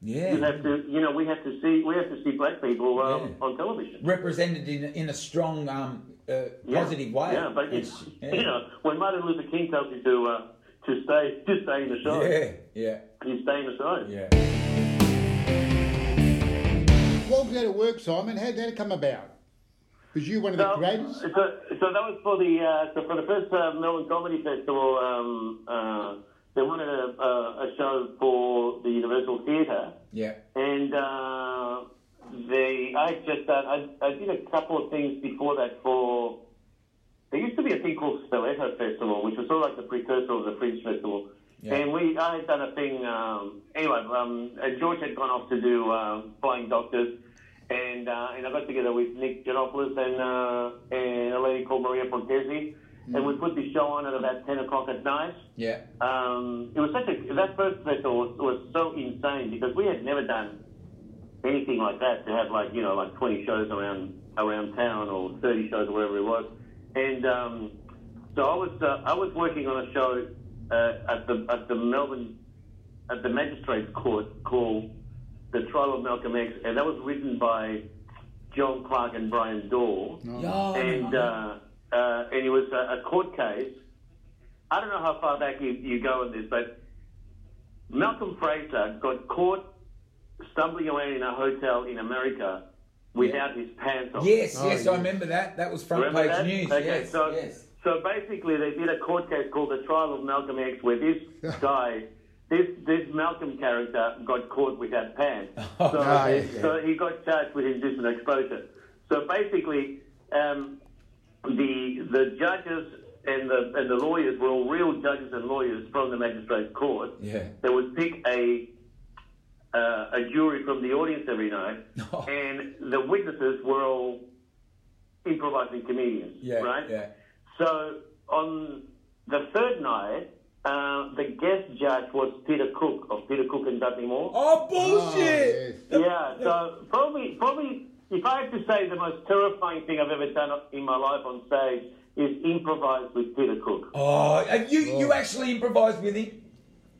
D: You
C: Yeah.
D: have to, you know, we have to see we have to see black people um,
C: Yeah.
D: on television."
C: Represented in, in a strong, um, uh,
D: Yeah.
C: positive way.
D: Yeah, but
C: And
D: it's,
C: she-
D: you know, when Martin Luther King tells you to uh, to stay to stay in the show,
C: yeah, yeah,
D: you stay in the show.
C: yeah.
B: What was that at work, Simon? How did that come about? Was you one of the
D: So,
B: creators?
D: so, so that was for the uh, so for the first uh, Melbourne Comedy Festival. Um, uh, they wanted a, a, a show for the Universal Theatre,
C: Yeah.
D: and uh, they I just uh, I, I did a couple of things before that for. There used to be a thing called Stiletto Festival, which was sort of like the precursor of the Fringe Festival.
C: Yeah.
D: And we, I had done a thing. Um, anyway, um, and George had gone off to do uh, Flying Doctors, and uh, and I got together with Nick Janopoulos and uh, and a lady called Maria Pontesi, and we put this show on at about ten o'clock at night.
C: Yeah.
D: Um, it was such a that first festival was, was so insane because we had never done anything like that to have like you know like 20 shows around around town or 30 shows or wherever it was and um, so I was uh, I was working on a show uh, at the at the Melbourne at the magistrates court called the trial of Malcolm X and that was written by John Clark and Brian Daw
C: Yeah,
D: and uh, uh, and it was a, a court case. I don't know how far back you, you go in this, but Malcolm Fraser got caught stumbling away in a hotel in America without his pants on.
C: Yes,
B: Oh,
C: yes,
B: yeah.
C: I remember that. That was front
D: Remember
C: page
D: that?
C: news.
D: Okay,
C: yes,
D: so,
C: yes.
D: so basically, they did a court case called the Trial of Malcolm X, where this guy, this this Malcolm character, got caught without pants.
C: Oh,
D: so,
C: right,
D: so he got charged with indecent exposure. So basically, um, the the judges and the and the lawyers were all real judges and lawyers from the magistrates court.
C: Yeah.
D: They would pick a uh, a jury from the audience every night,
C: No.
D: and the witnesses were all improvising comedians,
C: Yeah,
D: right?
C: yeah.
D: So on the third night, uh, the guest judge was Peter Cook of Peter Cook and Dudley Moore.
C: Oh
B: Oh,
C: bullshit!
B: yes.
D: Yeah, so probably, probably, if I had to say the most terrifying thing I've ever done in my life on stage is improvise with Peter Cook.
C: Oh, and you you actually improvised with him.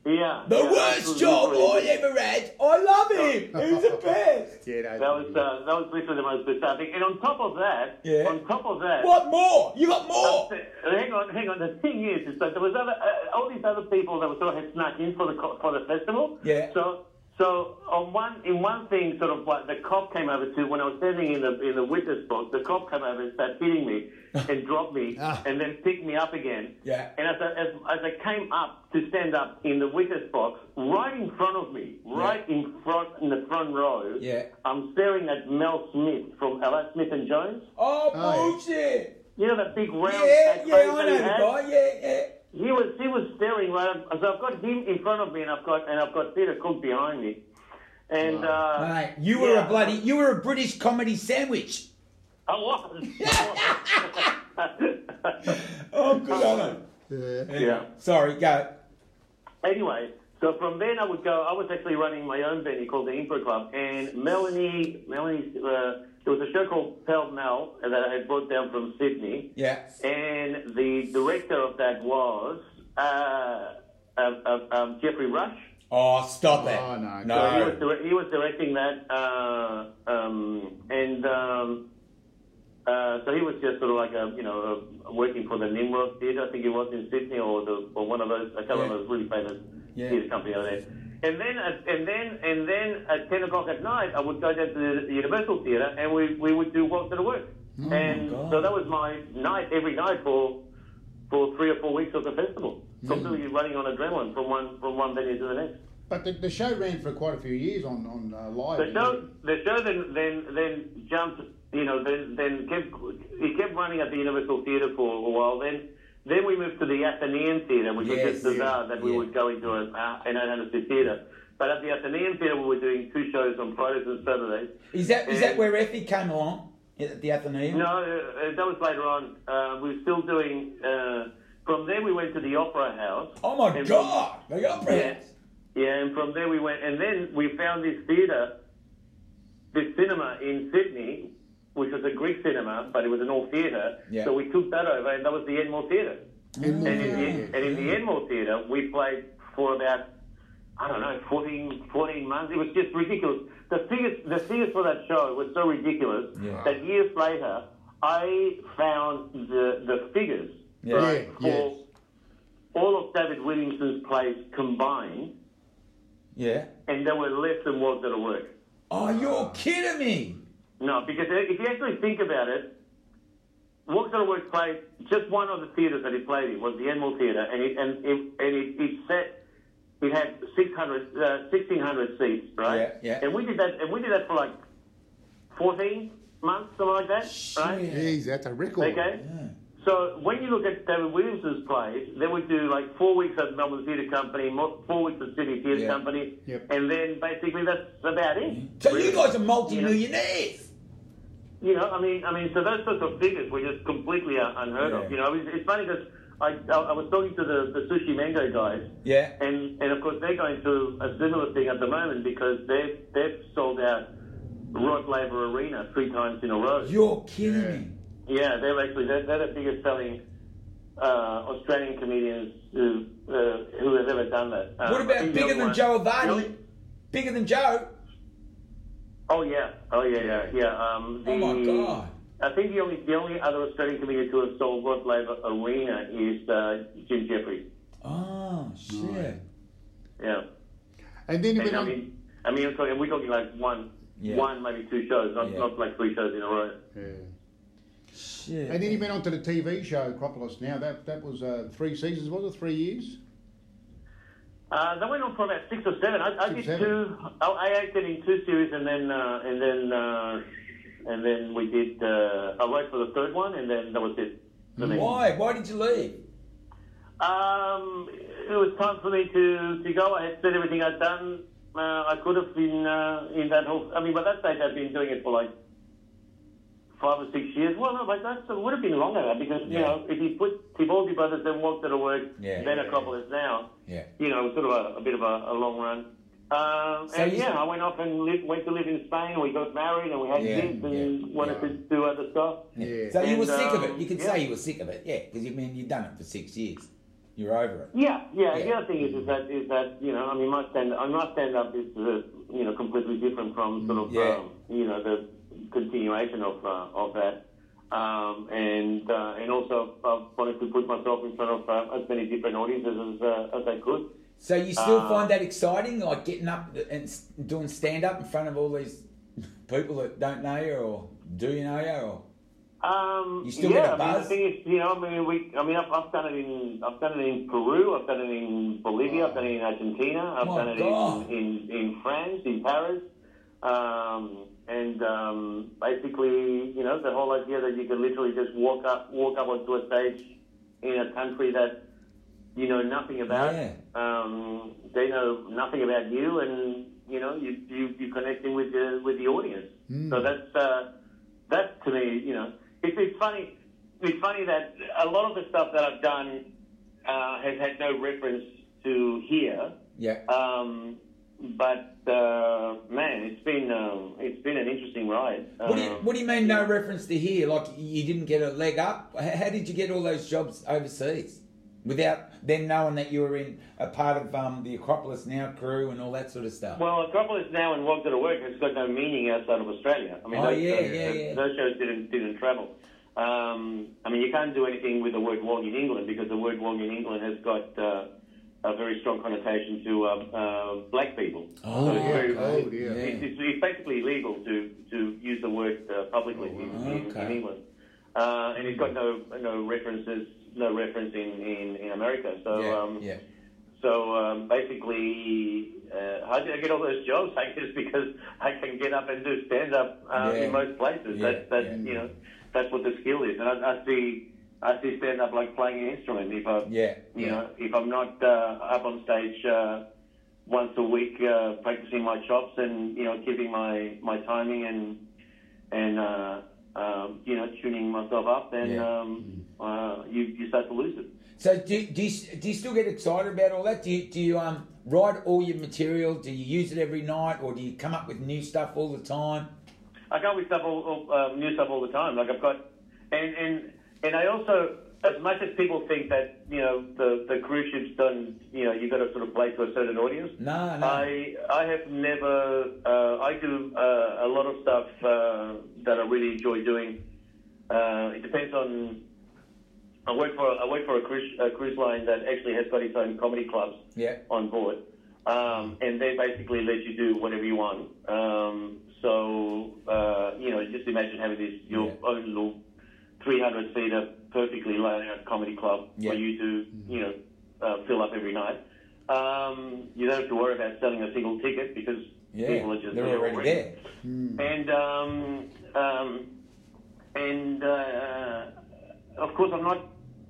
D: Yeah.
C: The
D: yeah, that
C: worst
D: was
C: job I
D: literally-
C: ever had. I love him. He's the best.
B: Yeah,
D: That was, uh, that was literally the most bizarre thing. And on top of that,
C: Yeah.
D: on top of that,
C: What more? You got
D: Uh,
C: more?
D: Hang on, hang on. The thing is, is that there was other, uh, all these other people that were sort of had snuck in for the co- for the festival.
C: Yeah.
D: So so on one in one thing, sort of like the cop came over to when I was standing in the in the witness box, the cop came over and started hitting me and dropped me
B: Ah.
D: and then picked me up again.
C: Yeah.
D: And as I, as, as I came up to stand up in the witness box, right in front of me, right in front in the front row,
C: Yeah.
D: I'm staring at Mel Smith from L.A. Smith and Jones.
C: Oh
B: Oh, yeah.
C: bullshit!
D: You know that big round
C: Yeah,
D: fat
C: yeah,
D: face
C: I
D: that
C: know
D: he
C: the
D: had?
C: guy. Yeah, yeah.
D: He was he was staring right up. So I've got him in front of me, and I've got and I've got Peter Cook behind me, and uh,
C: Mate, you were
D: yeah,
C: a bloody, you were a British comedy sandwich.
D: I was.
C: Oh, good on him.
B: yeah.
D: yeah.
C: Sorry, go.
D: Anyway, so from then I would go. I was actually running my own venue called the Impro Club, and Melanie, Melanie, uh, there was a show called Pell Mell that I had brought down from Sydney.
C: Yeah.
D: And the director of that was uh, um, um, um, Jeffrey Rush.
C: Oh, stop it.
B: Oh, no,
D: So he,
C: no.
D: was dire- he was directing that, uh, um, and um, uh, so he was just sort of like a, you know, a, working for the Nimrod Theatre, I think it was in Sydney, or the or one of those, a couple of
C: Yeah.
D: those really famous
C: Yeah.
D: theatre company out there. And then, at, and then, and then at ten o'clock at night, I would go down to the Universal Theatre, and we we would do Walk to the Work, and
C: Oh God.
D: so that was my night every night for for three or four weeks of the festival, completely running on adrenaline from one from one venue to the next.
B: But the, the show ran for quite a few years on on uh, live.
D: The show, the show then, then, then jumped, you know, then, then kept, it kept running at the Universal Theatre for a while. Then, then we moved to the Athenaeum Theatre, which
C: Yes,
D: was just bizarre
C: yeah,
D: that we
C: yeah.
D: would go into an, uh, an 800 seat theatre. But at the Athenaeum Theatre, we were doing two shows on Fridays and Saturdays.
C: Is that is
D: Yeah.
C: that where Effie came along at the Athenaeum?
D: No, uh, that was later on. Uh, we were still doing. Uh, from there, we went to the Opera House.
C: Oh my
D: And-
C: god, the opera
D: Yeah.
C: house.
D: Yeah, and from there we went, and then we found this theatre, this cinema in Sydney, which was a Greek cinema, but it was an all theatre.
C: Yeah.
D: So we took that over, and that was the Enmore Theatre.
B: Enmore
D: and, in the,
B: Theatre,
D: and in the Enmore Theatre, we played for about, I don't know, 14, 14 months. It was just ridiculous. The figures, the figures for that show were so ridiculous
C: Yeah.
D: that years later, I found the, the figures
C: Yeah.
D: right,
B: Yeah,
D: for
B: yes.
D: all of David Williamson's plays combined
C: Yeah.
D: and they were less than was at a work.
C: Oh, you're kidding me.
D: No, because if you actually think about it, Walks on a Work played just one of the theatres that he played in was the Animal Theatre, and it and it and it, it set it had 600, uh, 1600 seats, right?
C: Yeah, yeah.
D: And we did that, and we did that for like fourteen months, something like that, right?
C: Shit.
B: Jeez, that's a record.
D: Okay. So when you look at David Williamson's plays, they would do like four weeks at Melbourne Theatre Company, mo- four weeks at Sydney
C: Yeah.
D: Theatre
C: Mm-hmm.
D: Company,
B: Yep.
D: and then basically that's about it.
C: So
D: really.
C: you guys are
D: You know?
C: multi-millionaires.
D: You know, I mean, I mean, so those sorts of figures were just completely un- unheard
C: Yeah.
D: of. You know, it's, it's funny because I, I, I was talking to the, the sushi mango guys,
C: Yeah.
D: and and of course they're going through a similar thing at the moment because they've they've sold out Rod Laver Arena three times in a row.
C: You're kidding
B: Yeah.
C: me.
D: yeah, they're actually they're, they're the biggest selling uh, Australian comedians who uh, who have ever done that. Um,
C: What
D: I
C: about
D: think
C: bigger
D: the
C: than
D: other
C: Joe
D: one- the only-
C: Avani? Bigger than Joe?
D: Oh yeah, oh yeah, yeah, yeah. Um, the,
C: Oh my God.
D: I think the only the only other Australian comedian to have sold Rod Laver Arena is uh, Jim Jeffries.
C: Oh shit.
D: Yeah,
B: And then he
D: and
B: went
D: I
B: on.
D: mean, I mean, I'm talking, we're talking like one,
C: Yeah.
D: one maybe two shows, not,
C: Yeah.
D: not like three shows in a row.
B: Yeah.
C: Shit.
B: And then he went on to the TV show Acropolis. Now that that was uh, three seasons, was it? Three years?
D: Uh, that went on for about six or seven. I, I
B: Six,
D: did
B: seven.
D: two. I, I acted in two series, and then uh, and then uh, and then we did. Uh, I wrote for the third one, and then that was it. for me.
C: Why? Why did you leave?
D: Um, it was time for me to, to go. I had said everything I'd done. Uh, I could have been uh, in that whole. I mean, by that stage, I'd been doing it for like five or six years. Well, no, but that's, it would have been longer because you
C: Yeah.
D: know, if you put Tibaldi Brothers, then Walk to the Work,
C: Yeah.
D: then Acropolis now,
C: Yeah.
D: you know, sort of a, a bit of a, a long run. Um,
C: So
D: and
C: you-
D: yeah, I went off and lived, went to live in Spain. We got married and we had
C: Yeah,
D: kids and
C: yeah,
D: wanted
C: yeah.
D: to do other stuff.
B: Yeah.
C: So you
D: And,
C: were sick of it.
D: um,
C: You could
D: yeah.
C: say you were sick of it. Yeah, because you mean you've done it for six years. You're over it.
D: Yeah, yeah. The
C: Yeah.
D: other thing is, is that is that you know, I mean, my stand, uh, my stand up is uh, you know completely different from sort of
C: Yeah.
D: um, you know the continuation of uh, of that, um, and uh, and also I've wanted to put myself in front of uh, as many different audiences as uh, as I could.
C: So you still
D: Uh,
C: find that exciting, like getting up and s- doing stand up in front of all these people that don't know you or do you know you? Or,
D: Um,
C: You still
D: yeah,
C: get a
D: I mean,
C: buzz?
D: the thing is, you know, I mean, we, I mean, I've, I've done it in, I've done it in Peru, I've done it in Bolivia, I've done it in Argentina, I've
C: My
D: done it
C: God.
D: in, in, in France, in Paris, um, and um, basically, you know, the whole idea that you can literally just walk up, walk up onto a stage in a country that you know nothing about,
C: Yeah.
D: um, they know nothing about you, and you know, you you you connecting with the with the audience. So that's uh, that to me, you know, it's, it's funny. It's funny that a lot of the stuff that I've done uh, has had no reference to here.
C: yeah.
D: Um, but uh, man, it's been um, it's been an interesting ride.
C: What do, you,
D: Um,
C: what do you mean no reference to here? Like you didn't get a leg up? H- How did you get all those jobs overseas without them knowing that you were in a part of um, the Acropolis Now crew and all that sort of stuff?
D: Well, Acropolis now and Walk to the Work has got no meaning outside of Australia. I mean,
C: Oh,
D: those,
C: yeah,
D: those,
C: yeah, yeah.
D: those shows didn't didn't travel. Um, I mean, you can't do anything with the word walk in England because the word walk in England has got uh, a very strong connotation to um, uh, black people.
C: Oh,
D: it's
C: yeah,
D: very-
B: oh,
D: it's-
B: dear.
D: It's, it's, it's basically illegal to, to use the word uh, publicly in, in, in
C: Okay.
D: England, uh, and it's got no no references, no reference in, in, in America. So
C: yeah,
D: um,
C: yeah.
D: so um, basically, uh, how did I get all those jobs? I guess because I can get up and do stand up uh,
C: Yeah.
D: in most places.
C: Yeah,
D: That, that
C: yeah.
D: you know, that's what the skill is. And I, I see, I see stand up like playing an instrument. If I,
C: Yeah,
D: you
C: yeah.
D: know, if I'm not uh, up on stage uh, once a week uh, practicing my chops and you know keeping my my timing and and uh, um, you know tuning myself up, then
C: Yeah. Mm-hmm.
D: um, uh, you you start to lose it.
C: So do, do, you, do you still get excited about all that? Do you, do you um, write all your material? Do you use it every night or do you come up with new stuff all the time?
D: I come up with stuff all, all um, new stuff all the time. Like I've got, and and and I also, as much as people think that you know the the cruise ships done, you know you got to sort of play to a certain audience.
C: Ah, No, no.
D: I I have never. Uh, I do uh, a lot of stuff uh, that I really enjoy doing. Uh, it depends on. I work for I work for a cruise a cruise line that actually has got its own comedy clubs
C: Yeah.
D: on board, um, and they basically let you do whatever you want. Um, so uh, you know, just imagine having this your
C: Yeah.
D: own little 300 seater, perfectly laid out comedy club
C: Yeah. Mm-hmm.
D: for you to you know uh, fill up every night. Um, you don't have to worry about selling a single ticket because
C: Yeah,
D: people are just
C: they're
D: there
C: already there. Mm.
D: and um, um, and uh, of course, I'm not.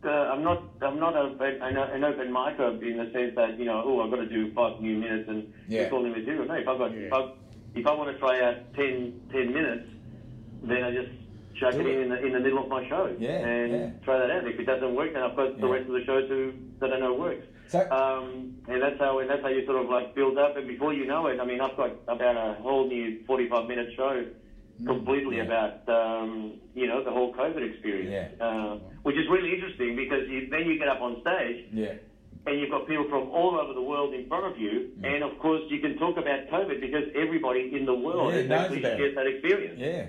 D: Uh, I'm not. I'm not a, an, an open microbe in the sense that you know. Oh, I've got to do five new minutes and
C: Yeah.
D: it's all new material. No, if I've got, if, I, if I want to try out 10, 10 minutes, then I just chuck
C: Do
D: it,
C: it.
D: in in the, in the middle of my show
C: Yeah,
D: and
C: yeah.
D: try that out. If it doesn't work, then I've got the
C: Yeah.
D: rest of the show to that I know works.
C: So-
D: Um, and that's how and that's how you sort of like build up, and before you know it, I mean, I've got about a whole new forty-five minute show, completely
C: Mm, yeah.
D: about um, you know the whole COVID experience,
C: Yeah.
D: uh, which is really interesting because you, then you get up on stage
C: Yeah.
D: and you've got people from all over the world in front of you,
C: Mm.
D: and of course you can talk about COVID because everybody in the world
C: Yeah,
D: has
C: knows
D: actually
C: about
D: shared that experience.
C: Yeah.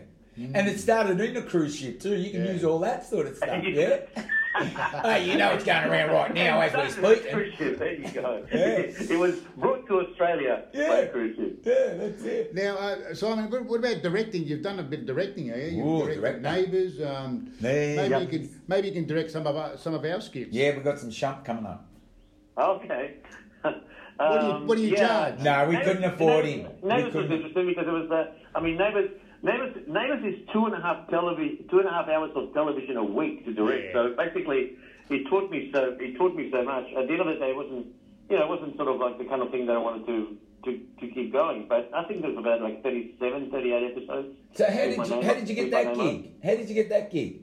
C: And it started in a cruise ship too. You can
B: Yeah.
C: use all that sort of stuff. Yeah. Hey, you know it's going around right now as we speak.
D: Cruise ship, there you go.
C: Yeah.
D: It, was brought to Australia by
C: Yeah.
D: a cruise ship.
C: Yeah, that's it.
B: Now, uh, Simon, what, what about directing? You've done a bit of directing, eh? You've
C: Ooh,
B: directed
C: directing.
B: Neighbours. Um,
C: Yeah.
B: maybe
C: Yeah.
B: you can maybe you can direct some of our, some of our skits.
C: Yeah, we've got some shump coming up.
D: Okay. Um,
B: do you- what do you charge?
C: No, we couldn't afford him.
D: Neighbours-
C: We
D: Neighbours was
C: couldn't.
D: interesting because it was that. I mean, neighbours, neighbours, neighbours is two and a half television, two and a half hours of television a week to direct.
B: Yeah.
D: So basically, he taught me so he taught me so much. At the end of the day, it wasn't you know it wasn't sort of like the kind of thing that I wanted to to, to keep going. But I think there's about like 37, 38 episodes.
C: So how
D: With
C: did
D: my
C: you
D: name
C: how
D: on-
C: did you get
D: with my
C: that
D: name
C: gig?
D: on.
C: How did you get that gig?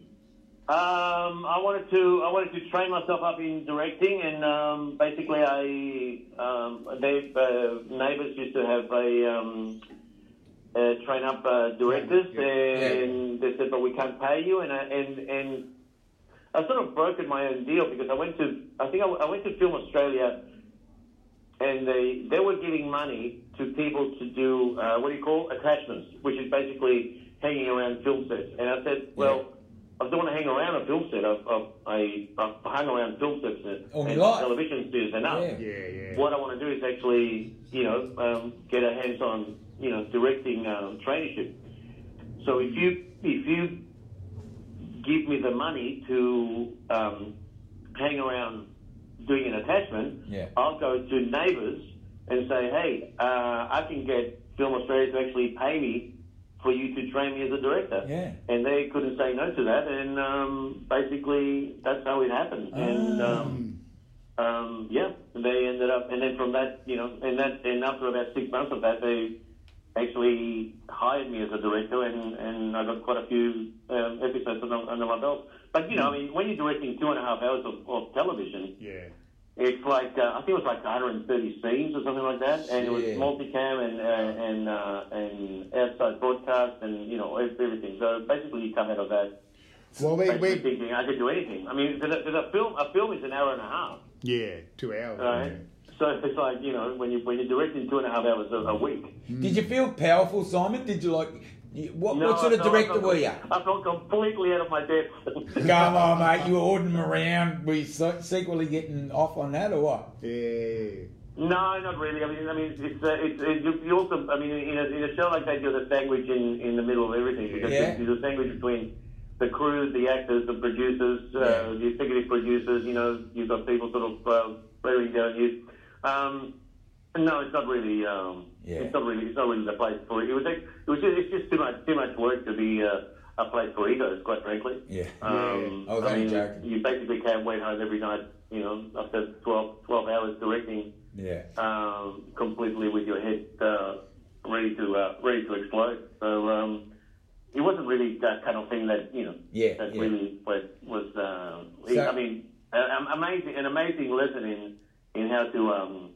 D: Um, I wanted to I wanted to train myself up in directing, and um, basically I um, they uh, neighbours used to have a um, uh, train up uh, directors,
B: Yeah,
D: and they said, "But we can't pay you," and I, and and I sort of broken my own deal because I went to I think I, I went to Film Australia, and they they were giving money to people to do uh, what do you call attachments, which is basically hanging around film sets. And I said, well, I don't want to hang around a film set. I've, I've, I, I've hung around film sets and,
C: All my
D: and
C: life.
D: television studios enough.
C: Yeah.
B: Yeah, yeah.
D: What I want to do is actually, you know, um, get a hands-on, you know, directing um, traineeship. So if you if you give me the money to um, hang around doing an attachment,
C: Yeah.
D: I'll go to neighbours and say, hey, uh, I can get Film Australia to actually pay me for you to train me as a director.
C: Yeah.
D: And they couldn't say no to that, and um, basically that's how it happened. And um, um, yeah, they ended up, and then from that, you know, and that, and after about six months of that, they actually hired me as a director, and, and I got quite a few um, episodes under, under my belt. But you know, I mean, when you're directing two and a half hours of, of television,
B: Yeah.
D: it's like uh, I think it was like 130 scenes or something like that, and it was
C: Yeah.
D: multicam and uh, and uh, and outside broadcast and you know ev- everything. So basically, you come out of that
B: Well, we,
D: basically
B: we,
D: thinking I could do anything. I mean, because a, 'cause a film a film is an hour and a half,
B: yeah, two hours.
D: right? So it's like you know when you when you're directing two and a half hours a, a week.
C: Did you
B: Hmm.
C: feel powerful, Simon? Did you like? you- What,
D: No,
C: what sort of
D: no, I
C: director
D: felt-
C: were you?
D: I felt completely out of my depth.
C: Come on, mate. You were ordering them around. Were you se- secretly getting off on that or what?
B: Yeah. yeah.
D: No, not really. I mean, I mean, it's, uh, it's it, you, you also, I mean, in a, in a show like that, you're the sandwich in, in the middle of everything because
C: Yeah.
D: you're, you're the sandwich between the crew, the actors, the producers, uh,
C: Yeah.
D: the executive producers. You know, you've got people sort of uh, blaring down you. Um, no, it's not really. Um,
C: Yeah.
D: It's not really. It's not really the place for it. It was. Like, it was just. It's just too much. Too much work to be uh, a place for egos, quite frankly.
C: Yeah. Oh,
D: Um,
C: Yeah. I was only joking.
D: You basically can't wait home every night. You know, after 12, 12 hours directing
C: Yeah.
D: um, completely with your head uh, ready to uh, ready to explode. So um, it wasn't really that kind of thing that you know
C: Yeah,
D: that
C: yeah.
D: really was. was uh,
C: So-
D: I mean, a- a- amazing an amazing lesson in in how to um,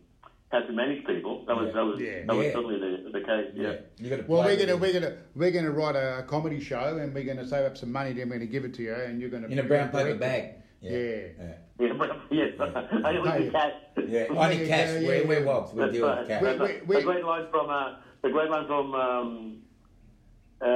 D: how to manage people. That was
C: Yeah.
D: that was
B: Yeah.
D: that was
C: Yeah.
D: certainly the, the case. Yeah.
C: You got to.
B: Well,
C: play
B: we're gonna
C: with
B: we're
C: it.
B: gonna we're gonna write a comedy show, and we're gonna save up some money. Then we're gonna give it to you, and you're gonna
C: in a
B: you're
C: brown
B: gonna
C: paper
B: direct
C: bag.
B: it. Yeah.
C: Yeah.
D: Yeah, but, yes, I it was
B: Hey.
D: the cash.
C: Yeah.
B: Yeah,
C: Only cash.
B: yeah,
C: we're
B: yeah.
C: we're wobs. We
D: That's
C: deal
D: right.
C: with cash.
B: Wait,
D: That's
B: wait,
D: right.
B: wait.
D: The great line from uh, the great line from um, uh,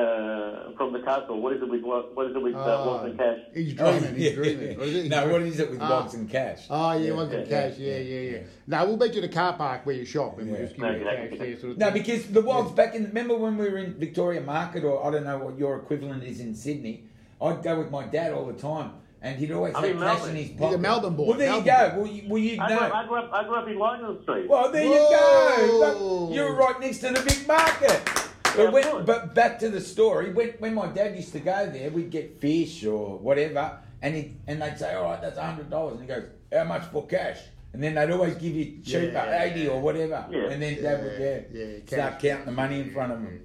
D: from the castle. What is it with what, what is it with uh,
B: Ah,
D: Watson Cash?
B: He's dreaming.
C: Oh,
B: he's
C: yeah.
B: dreaming. What is it? He's
C: No,
B: dreaming.
C: what is it with
B: Ah.
C: wobs and cash?
B: Oh, yeah, one's in
D: yeah,
B: cash. Yeah, yeah, yeah. No, we'll bet you the car park where you shop, and
C: Yeah.
B: we'll just give you the
D: Okay.
B: cash there. Sort of
C: No,
B: thing.
C: because the Wogs back in. Remember when we were in Victoria Market, or I don't know what your equivalent is in Sydney. I'd go with my dad all the time, and he'd always
D: I'm
C: have
D: in
C: cash
D: Melbourne.
C: in his
B: a
C: pocket.
B: Melbourne boy,
C: Well, there
B: Melbourne
C: you go.
B: boy.
C: Well, you, well, you
D: I, grew up,
C: know.
D: I grew up. I grew up in London Street.
C: Well, there you go.
B: Whoa.
C: Look, You're right next to the big market.
D: Yeah,
C: But,
D: of course.
C: when, but back to the story. When, when my dad used to go there, we'd get fish or whatever, and he, and they'd say, "All right, that's hundred dollars," and he goes, "How much for cash?" And then they'd always give you cheaper
B: Yeah.
C: eighty or whatever,
D: Yeah.
C: and then dad would yeah,
B: Yeah, yeah,
C: start
B: cash.
C: counting the money in front of them.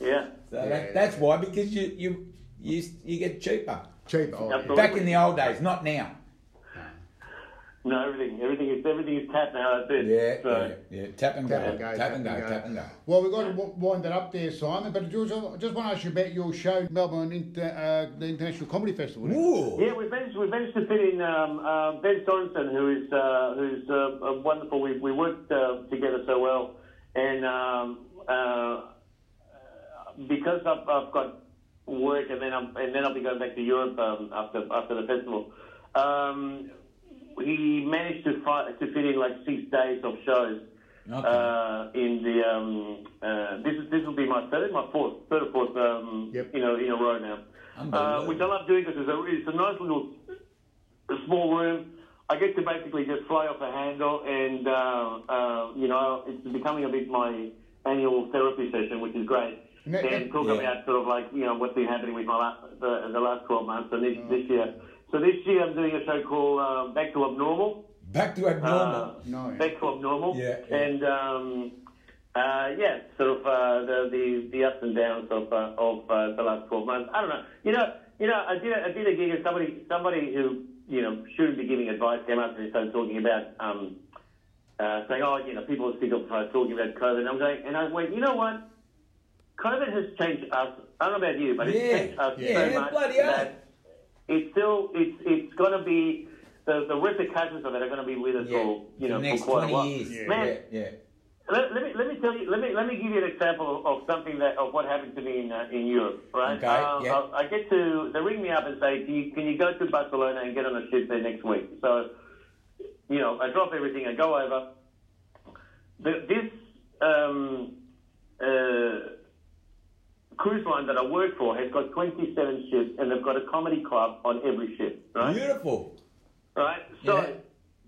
D: yeah.
C: So
B: Yeah.
C: that, that's why because you you you, you get cheaper
B: cheap. Oh, yeah.
D: Absolutely.
C: back in the old days, not now.
D: No, everything, everything is everything is tapped now. That's it.
C: Yeah,
D: So,
C: yeah, yeah. Tap and go,
B: Tap and go,
C: tap and go, tap and go.
B: Well, we've got to w- wind that up there, Simon. But George, I just want to ask you about your show, Melbourne Inter- uh, the International Comedy Festival.
C: Ooh.
D: Yeah, we managed, we managed to fit in um, uh, Ben Sorensen, who is uh, who's uh, uh, wonderful. We, we worked uh, together so well, and um, uh, because I've, I've got work, and then I'm, and then I'll be going back to Europe um, after after the festival. Um, he managed to fight, to fit in like six days of shows.
C: Okay.
D: Uh, in the um, uh, this is this will be my third, my fourth, third or fourth, um,
B: Yep.
D: you know, in a row now. Uh,
C: Unbelievable.
D: which I love doing because it's a, it's a nice little small room. I get to basically just fly off the handle, and uh, uh, you know, it's becoming a bit my annual therapy session, which is great.
B: And that-
D: and talk
C: yeah.
D: about sort of like you know what's been happening with my la- the, the last 12 months and this,
B: Mm.
D: this year. So this year I'm doing a show called uh, Back to Abnormal.
C: Back to
D: Uh,
C: abnormal.
B: No.
D: Back to Abnormal.
C: Yeah, yeah.
D: And um, uh, yeah, sort of uh, the, the the ups and downs of uh, of uh, the last 12 months. I don't know. You know, you know, I did a, I did a gig and somebody somebody who you know shouldn't be giving advice came up and started talking about. Um, uh, saying, oh, you know, people are sick of uh, talking about COVID. And I'm going, and I went, you know what? COVID has changed us. I don't know about you, but
C: Yeah,
D: it's changed us
C: yeah,
D: so much
C: bloody hell.
D: that it's still it's it's going to be the the repercussions of it are going to be with us all. You know,
C: the next
D: for quite a while.
C: 20 years.
D: Man,
C: Yeah, yeah.
D: let, let me let me tell you let me let me give you an example of, of something that of what happened to me in uh, in Europe. Right?
C: Okay,
D: Uh,
C: yeah.
D: I, I get to they ring me up and say, can you can you go to Barcelona and get on a ship there next week? So, you know, I drop everything, I go over. The, this um, uh, cruise line that I work for has got 27 ships, and they've got a comedy club on every ship. Right?
C: Beautiful.
D: right? So
C: Yeah.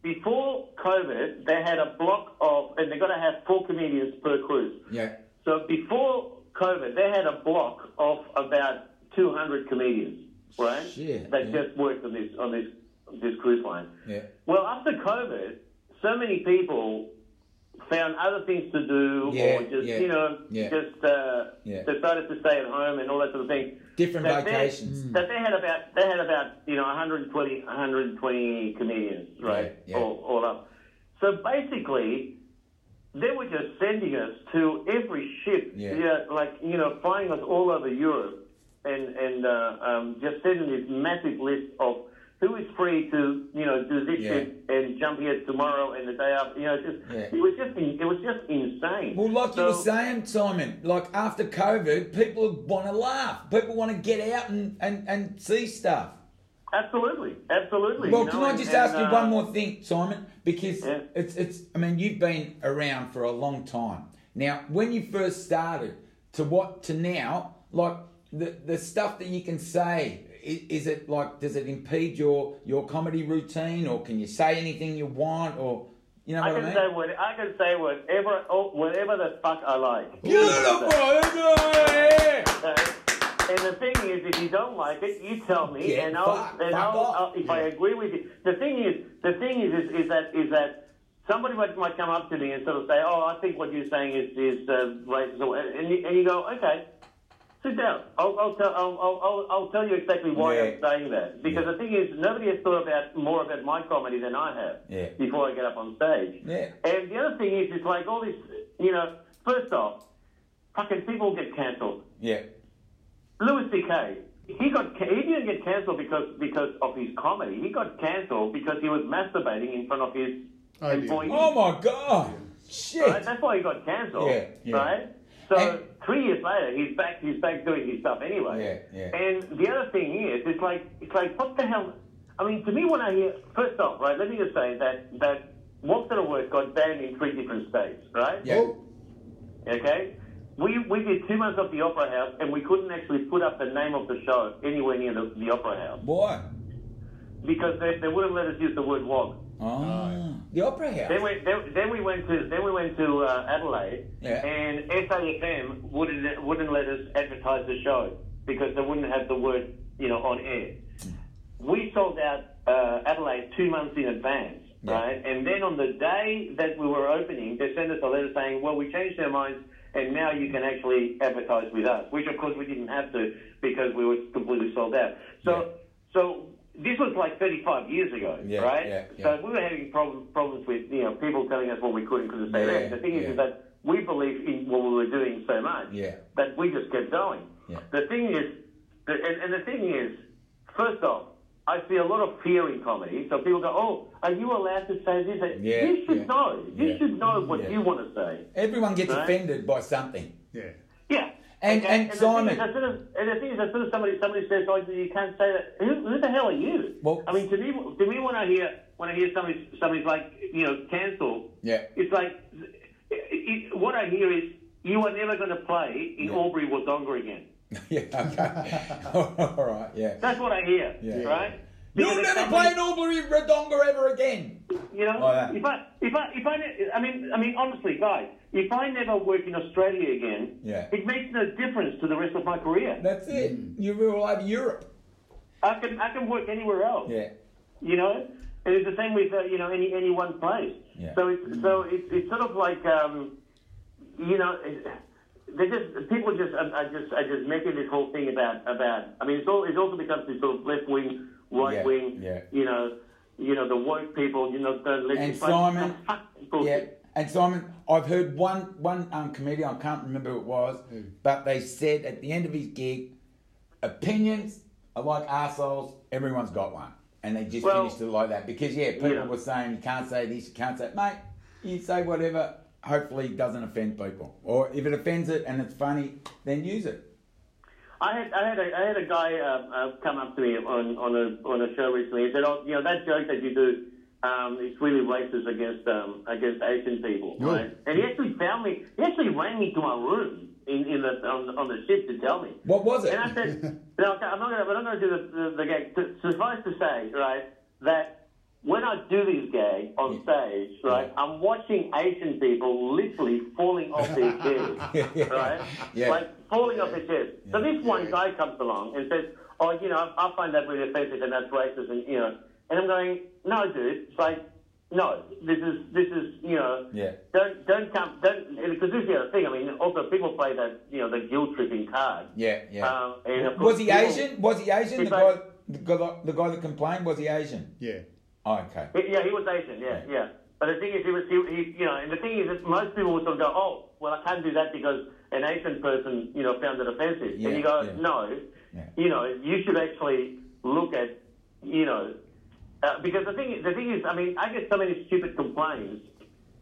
D: before COVID, they had a block of, and they're going to have four comedians per cruise.
C: Yeah.
D: So before COVID, they had a block of about 200 comedians, right?
C: Shit,
D: That
C: yeah.
D: just worked on this on this this cruise line.
C: Yeah.
D: Well, after COVID, so many people found other things to do,
C: Yeah,
D: or just
C: yeah,
D: you know,
C: yeah.
D: just uh,
C: Yeah.
D: decided to stay at home and all that sort of thing.
C: Different
D: That they-
C: vacations.
D: That they had about they had about you know 120 120 comedians, right?
C: Yeah, yeah.
D: All, all up. So basically, they were just sending us to every ship,
C: Yeah.
D: like you know, flying us all over Europe, and and uh, um, just sending this massive list of who is free to you know do this
C: Yeah.
D: ship and jump here tomorrow and the day after. You know, just
C: Yeah.
D: it was just in, it was just insane.
C: Well, like
D: So-
C: you were saying, Simon, like after COVID, people want to laugh. People want to get out and, and, and see stuff.
D: absolutely, absolutely.
C: Well,
D: you
C: can
D: know,
C: I
D: and-
C: just
D: and,
C: ask you
D: uh,
C: one more thing, Simon? Because
D: Yeah.
C: it's it's. I mean, you've been around for a long time now. When you first started, to what to now, like the the stuff that you can say. i- Is it like? Does it impede your your comedy routine, or can you say anything you want, or you know
D: I
C: what I
D: can
C: mean?
D: say what I can say whatever oh, whatever the fuck I like.
C: Beautiful, isn't it?
D: Uh, and the thing is, if you don't like it, you tell me,
C: Yeah,
D: and I'll,
C: fuck-
D: and
C: fuck
D: I'll,
C: off.
D: I'll if I agree with you. The thing is, the thing is, is, is that is that somebody might, might come up to me and sort of say, "Oh, I think what you're saying is is uh, racist," or- and you, and you go, "Okay." Sit down. I'll, I'll, tell, I'll, I'll, I'll- I'll tell you exactly why
C: Yeah.
D: I'm saying that. Because
C: Yeah.
D: the thing is, nobody has thought about more about my comedy than I have
C: Yeah.
D: before I get up on stage.
C: Yeah.
D: And the other thing is, it's like all this, you know, first off, fucking people get cancelled.
C: Yeah,
D: Louis C.K. He got ca- he didn't get cancelled because because of his comedy. He got cancelled because he was masturbating in front of his
B: Oh, dear.
D: employees.
C: Oh my god!
D: right?
C: Shit!
D: That's why he got cancelled.
C: Yeah, yeah.
D: Right. So
C: And-
D: three years later, he's back. He's back doing his stuff anyway.
C: Yeah, yeah.
D: And the other thing is, it's like it's like what the hell? I mean, to me, when I hear first off, right? Let me just say that that Walk to the Work got banned in three different states, right?
C: Yeah.
B: Oh,
D: Okay? We, we did two months of the Opera House and we couldn't actually put up the name of the show anywhere near the, the Opera House
C: Why?
D: because they, they wouldn't let us use the word wog.
C: Oh, the opera house.
D: Then we, then, then we went to then we went to uh, Adelaide
C: Yeah.
D: and SAFM wouldn't wouldn't let us advertise the show because they wouldn't have the word you know on air. We sold out uh, Adelaide two months in advance,
C: Yeah.
D: right? And then on the day that we were opening, they sent us a letter saying, "Well, we changed our minds." And now you can actually advertise with us, which of course we didn't have to because we were completely sold out. So,
C: Yeah.
D: so this was like 35 years ago,
C: Yeah,
D: right?
C: yeah,
D: So
C: yeah.
D: we were having problem, problems with you know people telling us what we could and couldn't say.
C: Yeah,
D: then. The thing is,
C: yeah.
D: is that we believed in what we were doing so much
C: Yeah.
D: that we just kept going.
C: Yeah.
D: The thing is, the, and, and the thing is, first off, I see a lot of fear in comedy. So people go, "Oh, are you allowed to say this?" And
C: Yeah,
D: you should
C: yeah.
D: know. You
C: Yeah.
D: should know what
C: Yeah.
D: you want to say.
C: Everyone gets
D: Right.
C: offended by something.
B: yeah.
D: Yeah.
C: And
D: Okay,
C: and
D: the
C: Simon,
D: thing is, as soon as, and the thing is, as soon as somebody somebody says, "Oh, you can't say that," who, who the hell are you?
C: Well-
D: I mean, to me, to me, when I hear when I hear somebody somebody's like, you know, cancel,
C: Yeah.
D: it's like it, it, what I hear is you are never going to play in
C: Yeah.
D: Albury Wodonga again.
C: yeah, okay, all right, yeah.
D: That's what I hear,
C: Yeah.
D: right? Because
C: You'll
D: if
C: never
D: somebody-
C: play Oh, an Albury Redonga ever again.
D: You know,
C: Like that.
D: if I if I if I ne- I mean I mean honestly, guys, if I never work in Australia again,
C: Yeah.
D: it makes no difference to the rest of my career.
C: That's it.
D: Mm.
C: You're all over Europe.
D: I can I can work anywhere else.
C: Yeah,
D: you know. And it's the same with uh, you know any any one place.
C: Yeah.
D: So it's so it's it's sort of like um, you know. It, they just people just are, are just are just making this whole thing about about. I mean, it's all it's also becomes this sort of left wing, right
C: Yeah,
D: wing.
C: yeah.
D: You know, you know the woke people. You know, don't let
C: And
D: you fight.
C: Simon-
D: Fuck
C: yeah.
D: bullshit.
C: And Simon, I've heard one one um, comedian I can't remember who it was,
D: Mm.
C: but they said at the end of his gig, opinions are like arseholes. Everyone's got one, and they just
D: Well-
C: finished it like that because yeah, people
D: Yeah.
C: were saying you can't say this, you can't say that. mate. You say whatever. Hopefully, it doesn't offend people, or if it offends it and it's funny, then use it.
D: I had I had a I had a guy uh, uh, come up to me on on a on a show recently and said, "Oh, you know that joke that you do, um, it's really racist against um against Asian people."
B: No.
D: Right? And he actually found me. He actually rang me to my room in in the on, on the ship to tell me.
C: What was it?
D: And I said, "No, okay, I'm not gonna I'm not gonna do the the, the gag. Su- Suffice to say, right, that when I do this gag on stage, right, I'm watching Asian people literally falling off their chairs, right,
C: Yeah.
D: like falling off their chairs. So this one guy comes along and says, "Oh, you know, I, I find that really offensive and that's racist," and you know, and I'm going, "No, dude, it's like." No, this is this is you know.
C: Yeah.
D: Don't don't come don't because this is the other thing. I mean, also people play that you know the guilt tripping card.
C: Yeah, yeah.
D: Um, and of
C: was
D: course,
C: he
D: people-
C: Asian? Was he Asian? The
D: It's
C: guy,
D: like-
C: the guy, the guy that complained was he Asian?
B: Yeah.
C: Oh, okay.
D: Yeah, he was Asian. Yeah, yeah. But the thing is, he was he, he you know, and the thing is that most people would sort of go, oh, well, I can't do that because an Asian person you know found it offensive.
C: Yeah,
D: and you go,
C: yeah.
D: no,
C: Yeah.
D: you know, you should actually look at you know, uh, because the thing the thing is, I mean, I get so many stupid complaints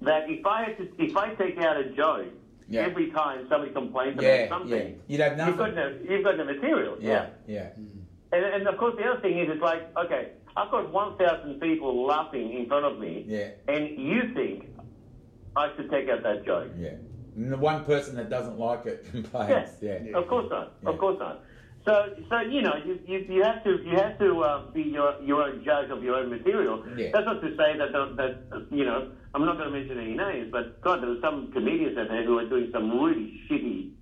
D: that if I had to, if I take out a joke.
C: Yeah.
D: Every time somebody complains
C: Yeah,
D: about something,
C: yeah. You'd have
D: have
C: nothing.
D: got no, you've got no material.
C: Yeah, yeah.
D: And, and of course, the other thing is, it's like, okay, I've got 1,000 people laughing in front of me,
C: Yeah.
D: and you think I should take out that joke.
C: Yeah. And the one person that doesn't like it complains. Yeah.
D: Of course not.
C: Yeah.
D: Of course not. So, so you know, you, you, you have to you have to uh, be your your own judge of your own material.
C: Yeah.
D: That's not to say that the, that uh, you know I'm not going to mention any names, but God, there are some comedians out there who are doing some really shitty,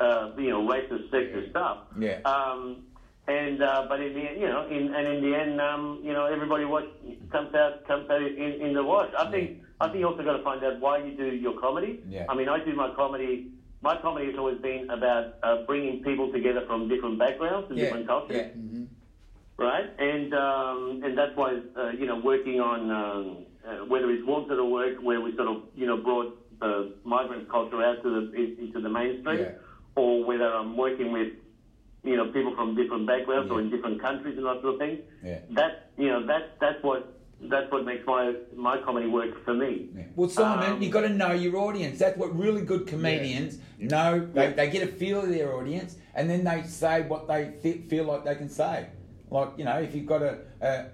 D: uh, you know, racist, sexist stuff.
C: Yeah.
D: Um, and uh, but in the end, you know, in and in the end, um, you know, everybody watch comes out comes out in, in the wash. I think I think you also got to find out why you do your comedy.
C: Yeah.
D: I mean, I do my comedy. My comedy has always been about uh, bringing people together from different backgrounds and
C: Yeah,
D: different cultures,
C: yeah.
D: right? And um, and that's why uh, you know working on um, uh, whether it's Warmth at Work, where we sort of you know brought uh, migrant culture out to the in- into the mainstream,
C: Yeah.
D: or whether I'm working with you know people from different backgrounds or
C: Yeah.
D: in different countries and that sort of thing.
C: Yeah.
D: That you know that that's what that's what makes my my comedy work for me.
C: Yeah. Well, Simon,
D: Um,
C: you got to know your audience. That's what really good comedians know. They, they get a feel of their audience, and then they say what they th- feel like they can say. Like you know, if you've got a, a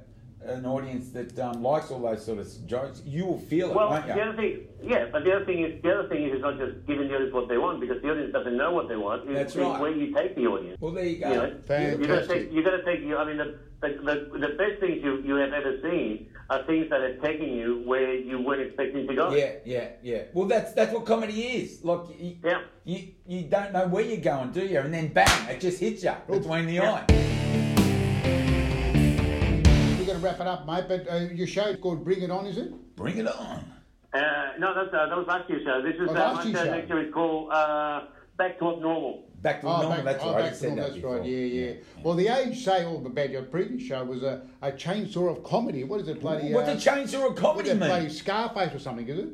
C: an audience that um, likes all those sort of jokes, you will feel it,
D: Well,
C: won't you?
D: the other thing, yeah, but the other thing is the other thing is, it's not just giving the audience what they want because the audience doesn't know what they want. It's,
C: That's
D: it's
C: right.
D: where you take the audience.
C: Well, there you go.
D: you know,
B: Fantastic.
D: you got to take. You got to take. You, I mean, the, the, the, the best things you, you have ever seen are things that are taking you where you weren't expecting to go.
C: Yeah, yeah, yeah. Well, that's that's what comedy is. Like, you,
D: Yeah.
C: you you don't know where you're going, do you? And then bang, it just hits you between the
D: Yeah.
C: eye.
B: We're going to wrap it up, mate, but uh, your show's called Bring It On, is it?
C: Bring it on.
D: Uh, no, that's uh, that was last year's show. This is
B: Oh,
D: uh,
B: last
D: my
B: year's
D: show
B: show.
D: next year. It's called uh, Back to Up Normal.
C: Back to normal.
B: back-
C: that's
B: oh,
C: right. I
B: back to
C: said
B: normal,
C: that
B: that's
C: before.
B: right, yeah, yeah. Well, the age say all about your previous show was a, a chainsaw of comedy. What is it, bloody?
C: What's
B: uh,
C: a chainsaw of
B: what's
C: comedy
B: that
C: mean?
B: bloody Scarface or something, is it?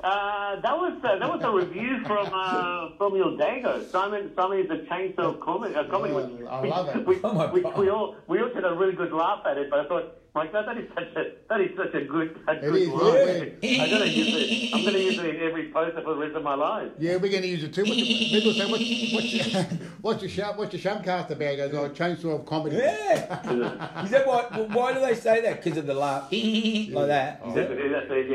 D: Uh, that was uh, that was a review from uh, from Il Dago. Simon Simon is a chainsaw comic. Uh, comedy
B: Oh,
D: which,
B: I love it.
D: Which,
C: Oh my
D: which
C: God.
D: we all we all had a really good laugh at it, but I thought My God, that is such a that is such a good. A good
B: is,
D: line. I gotta use it. I'm gonna use it in every poster for the rest of my life.
B: Yeah, we're going to use it too. What's the, people say, what's, what's, your, what's your shout? What's your shoutcast about? Goes, oh, chainsaw of comedy.
C: Yeah. Is that why? well, Why do they say that? Because of the laugh, like that. Is
D: That's
C: it?
D: it, that's it,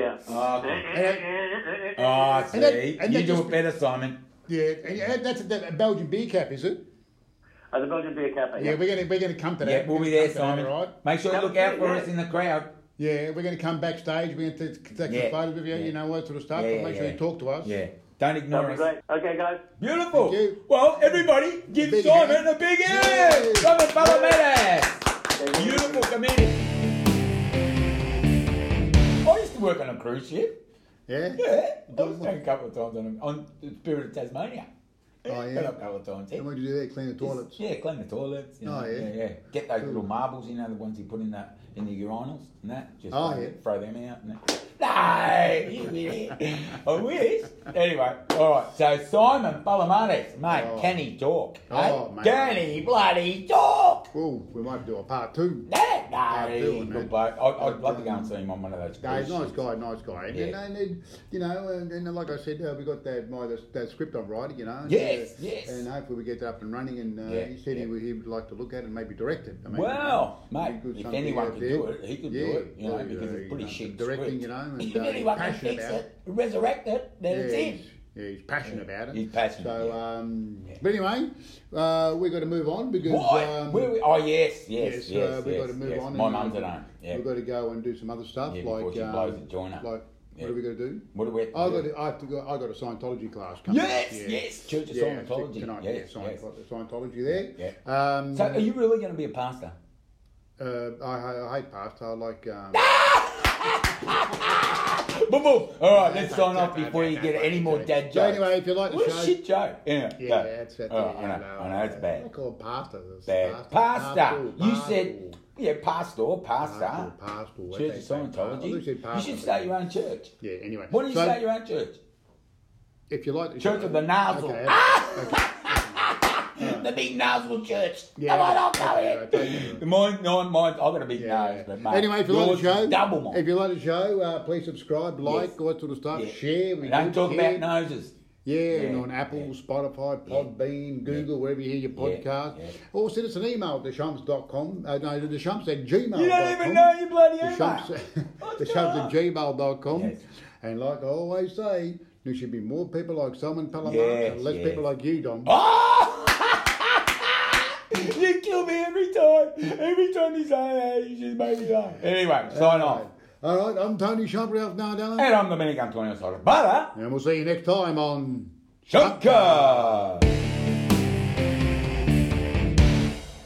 D: yeah.
C: Ah, see,
B: And that- and
C: you
B: that
C: do
B: just-
C: it better, Simon.
B: Yeah, and yeah, that's a, that- a Belgian beer cap, is it?
D: Uh, the Belgian Beer Cafe.
B: Yeah, we're going to we're going to come to that.
C: Yeah, we'll be there,
B: Come to that,
C: Simon.
B: all right?
C: Make sure you
D: Come
C: look out for
D: through,
C: us
D: yeah.
C: in the crowd.
B: Yeah, we're going to come backstage. We're going to take some
C: Yeah.
B: photos of you.
C: Yeah.
B: You know what sort of stuff.
C: Yeah,
B: but
C: yeah,
B: make sure
C: yeah.
B: you talk to us.
C: Yeah, don't
D: That'd
C: ignore
D: be
C: us.
D: great. Okay, guys.
C: Beautiful.
B: Thank you.
C: Well, everybody, give
B: Big
C: Simon
B: hand.
C: a big
B: Yay.
C: hand. Simon
D: Thank
C: Palomedes.
D: you.
C: Beautiful comedian. I used to work on a cruise ship.
B: Yeah.
C: Yeah, I was there a couple of times on, on the Spirit of Tasmania.
B: Oh, yeah.
C: a couple of times. yeah.
B: And what do you do there? Clean the toilets.
C: Yeah, clean the toilets. You know,
B: Oh, yeah.
C: yeah, yeah. Get those little marbles, you know, the ones you put in the in the urinals and that. Just
B: Oh,
C: throw,
B: yeah.
C: throw them out. And that. No, I wish. Anyway, all right. So Simon Palomares, mate,
B: Oh.
C: can he talk?
B: Oh,
C: eh?
B: mate.
C: can he bloody talk?
B: Well, we might do a part two.
C: That
B: I'd do
C: no,
B: it,
C: he
B: mate.
C: could blow- I,
B: I'd,
C: I'd love to go
B: um,
C: and see him on one of those.
B: No, he's a
C: cruise
B: nice
C: ships.
B: guy, nice guy, and,
C: Yeah.
B: and, and you know, and, and like I said, uh, we got that my that, that script I'm writing, you know. And,
C: Yes,
B: uh,
C: yes.
B: And hopefully we get that up and running. And uh,
C: Yeah,
B: he said
C: yeah.
B: he, would, he would like to look at it and maybe direct it. I mean,
C: Well, mate,
B: it'd be good
C: if
B: something
C: anyone
B: out
C: could
B: there.
C: do it, he could do
B: Yeah,
C: it, you know,
B: well,
C: because
B: uh,
C: it's pretty shit
B: Directing,
C: script.
B: you know, and
C: If
B: uh, he's
C: anyone can
B: passionate
C: fix
B: about
C: it, resurrect it, then it's
B: yeah,
C: him.
B: he's- yeah, he's passionate about it.
C: He's passionate,
B: So,
C: yeah.
B: um, but anyway, uh, we've got to move on because
C: Why?
B: um,
C: Where we- oh yes, yes, yes.
B: uh,
C: yes,
B: we've got to move
C: yes.
B: on.
C: My
B: and, uh,
C: mum's at home. Yeah.
B: We've got to go and do some other stuff
C: Yeah, before
B: like
C: she
B: um,
C: blows the joint up.
B: Like,
C: Yeah.
B: what are we going to do?
C: What do we have to
B: I
C: do?
B: got a, I have to go. I got a Scientology class. Coming up,
C: yes,
B: yeah.
C: yes. Church of
B: Yeah,
C: Scientology.
B: tonight,
C: yes,
B: yeah,
C: yes.
B: Scientology, Scientology there. Um,
C: So, are you really going to be a pastor?
B: uh, I, I hate pasta. I like. Um,
C: Ah, Boom, boom. All right, let's sign off before you get any more dad jokes.
B: so anyway, if you like the
C: what
B: show,
C: a shit joke. Yeah,
B: yeah,
C: go.
B: that's it.
C: All right, I know, I know, it's
B: I
C: bad.
B: call it pasta. It's
C: Bad.
B: pasta.
C: Pasta. You
B: pasta,
C: said, yeah, pastor, pastor.
B: Pastor, pastor, what
C: Church
B: they
C: of
B: say, pastor. I
C: Scientology.
B: thought you said
C: You should
B: pastor.
C: start your own church.
B: Yeah. Anyway.
C: Why don't you
B: So,
C: start your own church?
B: If you like the
C: Church
B: show-
C: of the nozzle. Ah!
B: Okay,
C: The big nozzle church.
B: Yeah,
C: Come on, I'll
B: okay,
C: go
B: right, thank you.
C: in. Mine, mine, mine. I've got a big nose, but mate,
B: anyway, if you like
C: yours
B: the
C: is
B: show,
C: double mine.
B: if you like the show, uh, please subscribe, like,
C: Yes.
B: all that sort of stuff,
C: Yeah.
B: share.
C: We
B: We
C: don't
B: do
C: talk
B: share.
C: about noses.
B: Yeah, and
C: Yeah.
B: on Apple, Spotify, Podbean, Google, wherever you hear your
C: Yeah.
B: podcast.
C: Yeah.
B: Or send us an email at theshumps.com. Uh, no, theshumps at gmail.com.
C: You don't even know your bloody
B: Oh, The
C: email.
B: Shumps,
C: What's
B: the
C: going
B: Shumps
C: on?
B: at gmail.com.
C: Yes.
B: And like I always say, there should be more people like Simon Palomar
C: Yes,
B: and less
C: yes.
B: people like you, Dom.
C: Oh! you kill me every time. Every time you say that, you just make me laugh. Anyway, sign off.
B: All right, I'm Tony Shump, Ralph Nardello.
C: And I'm Dominic Antonio Sora. But,
B: And we'll see you next time on
C: Shunker!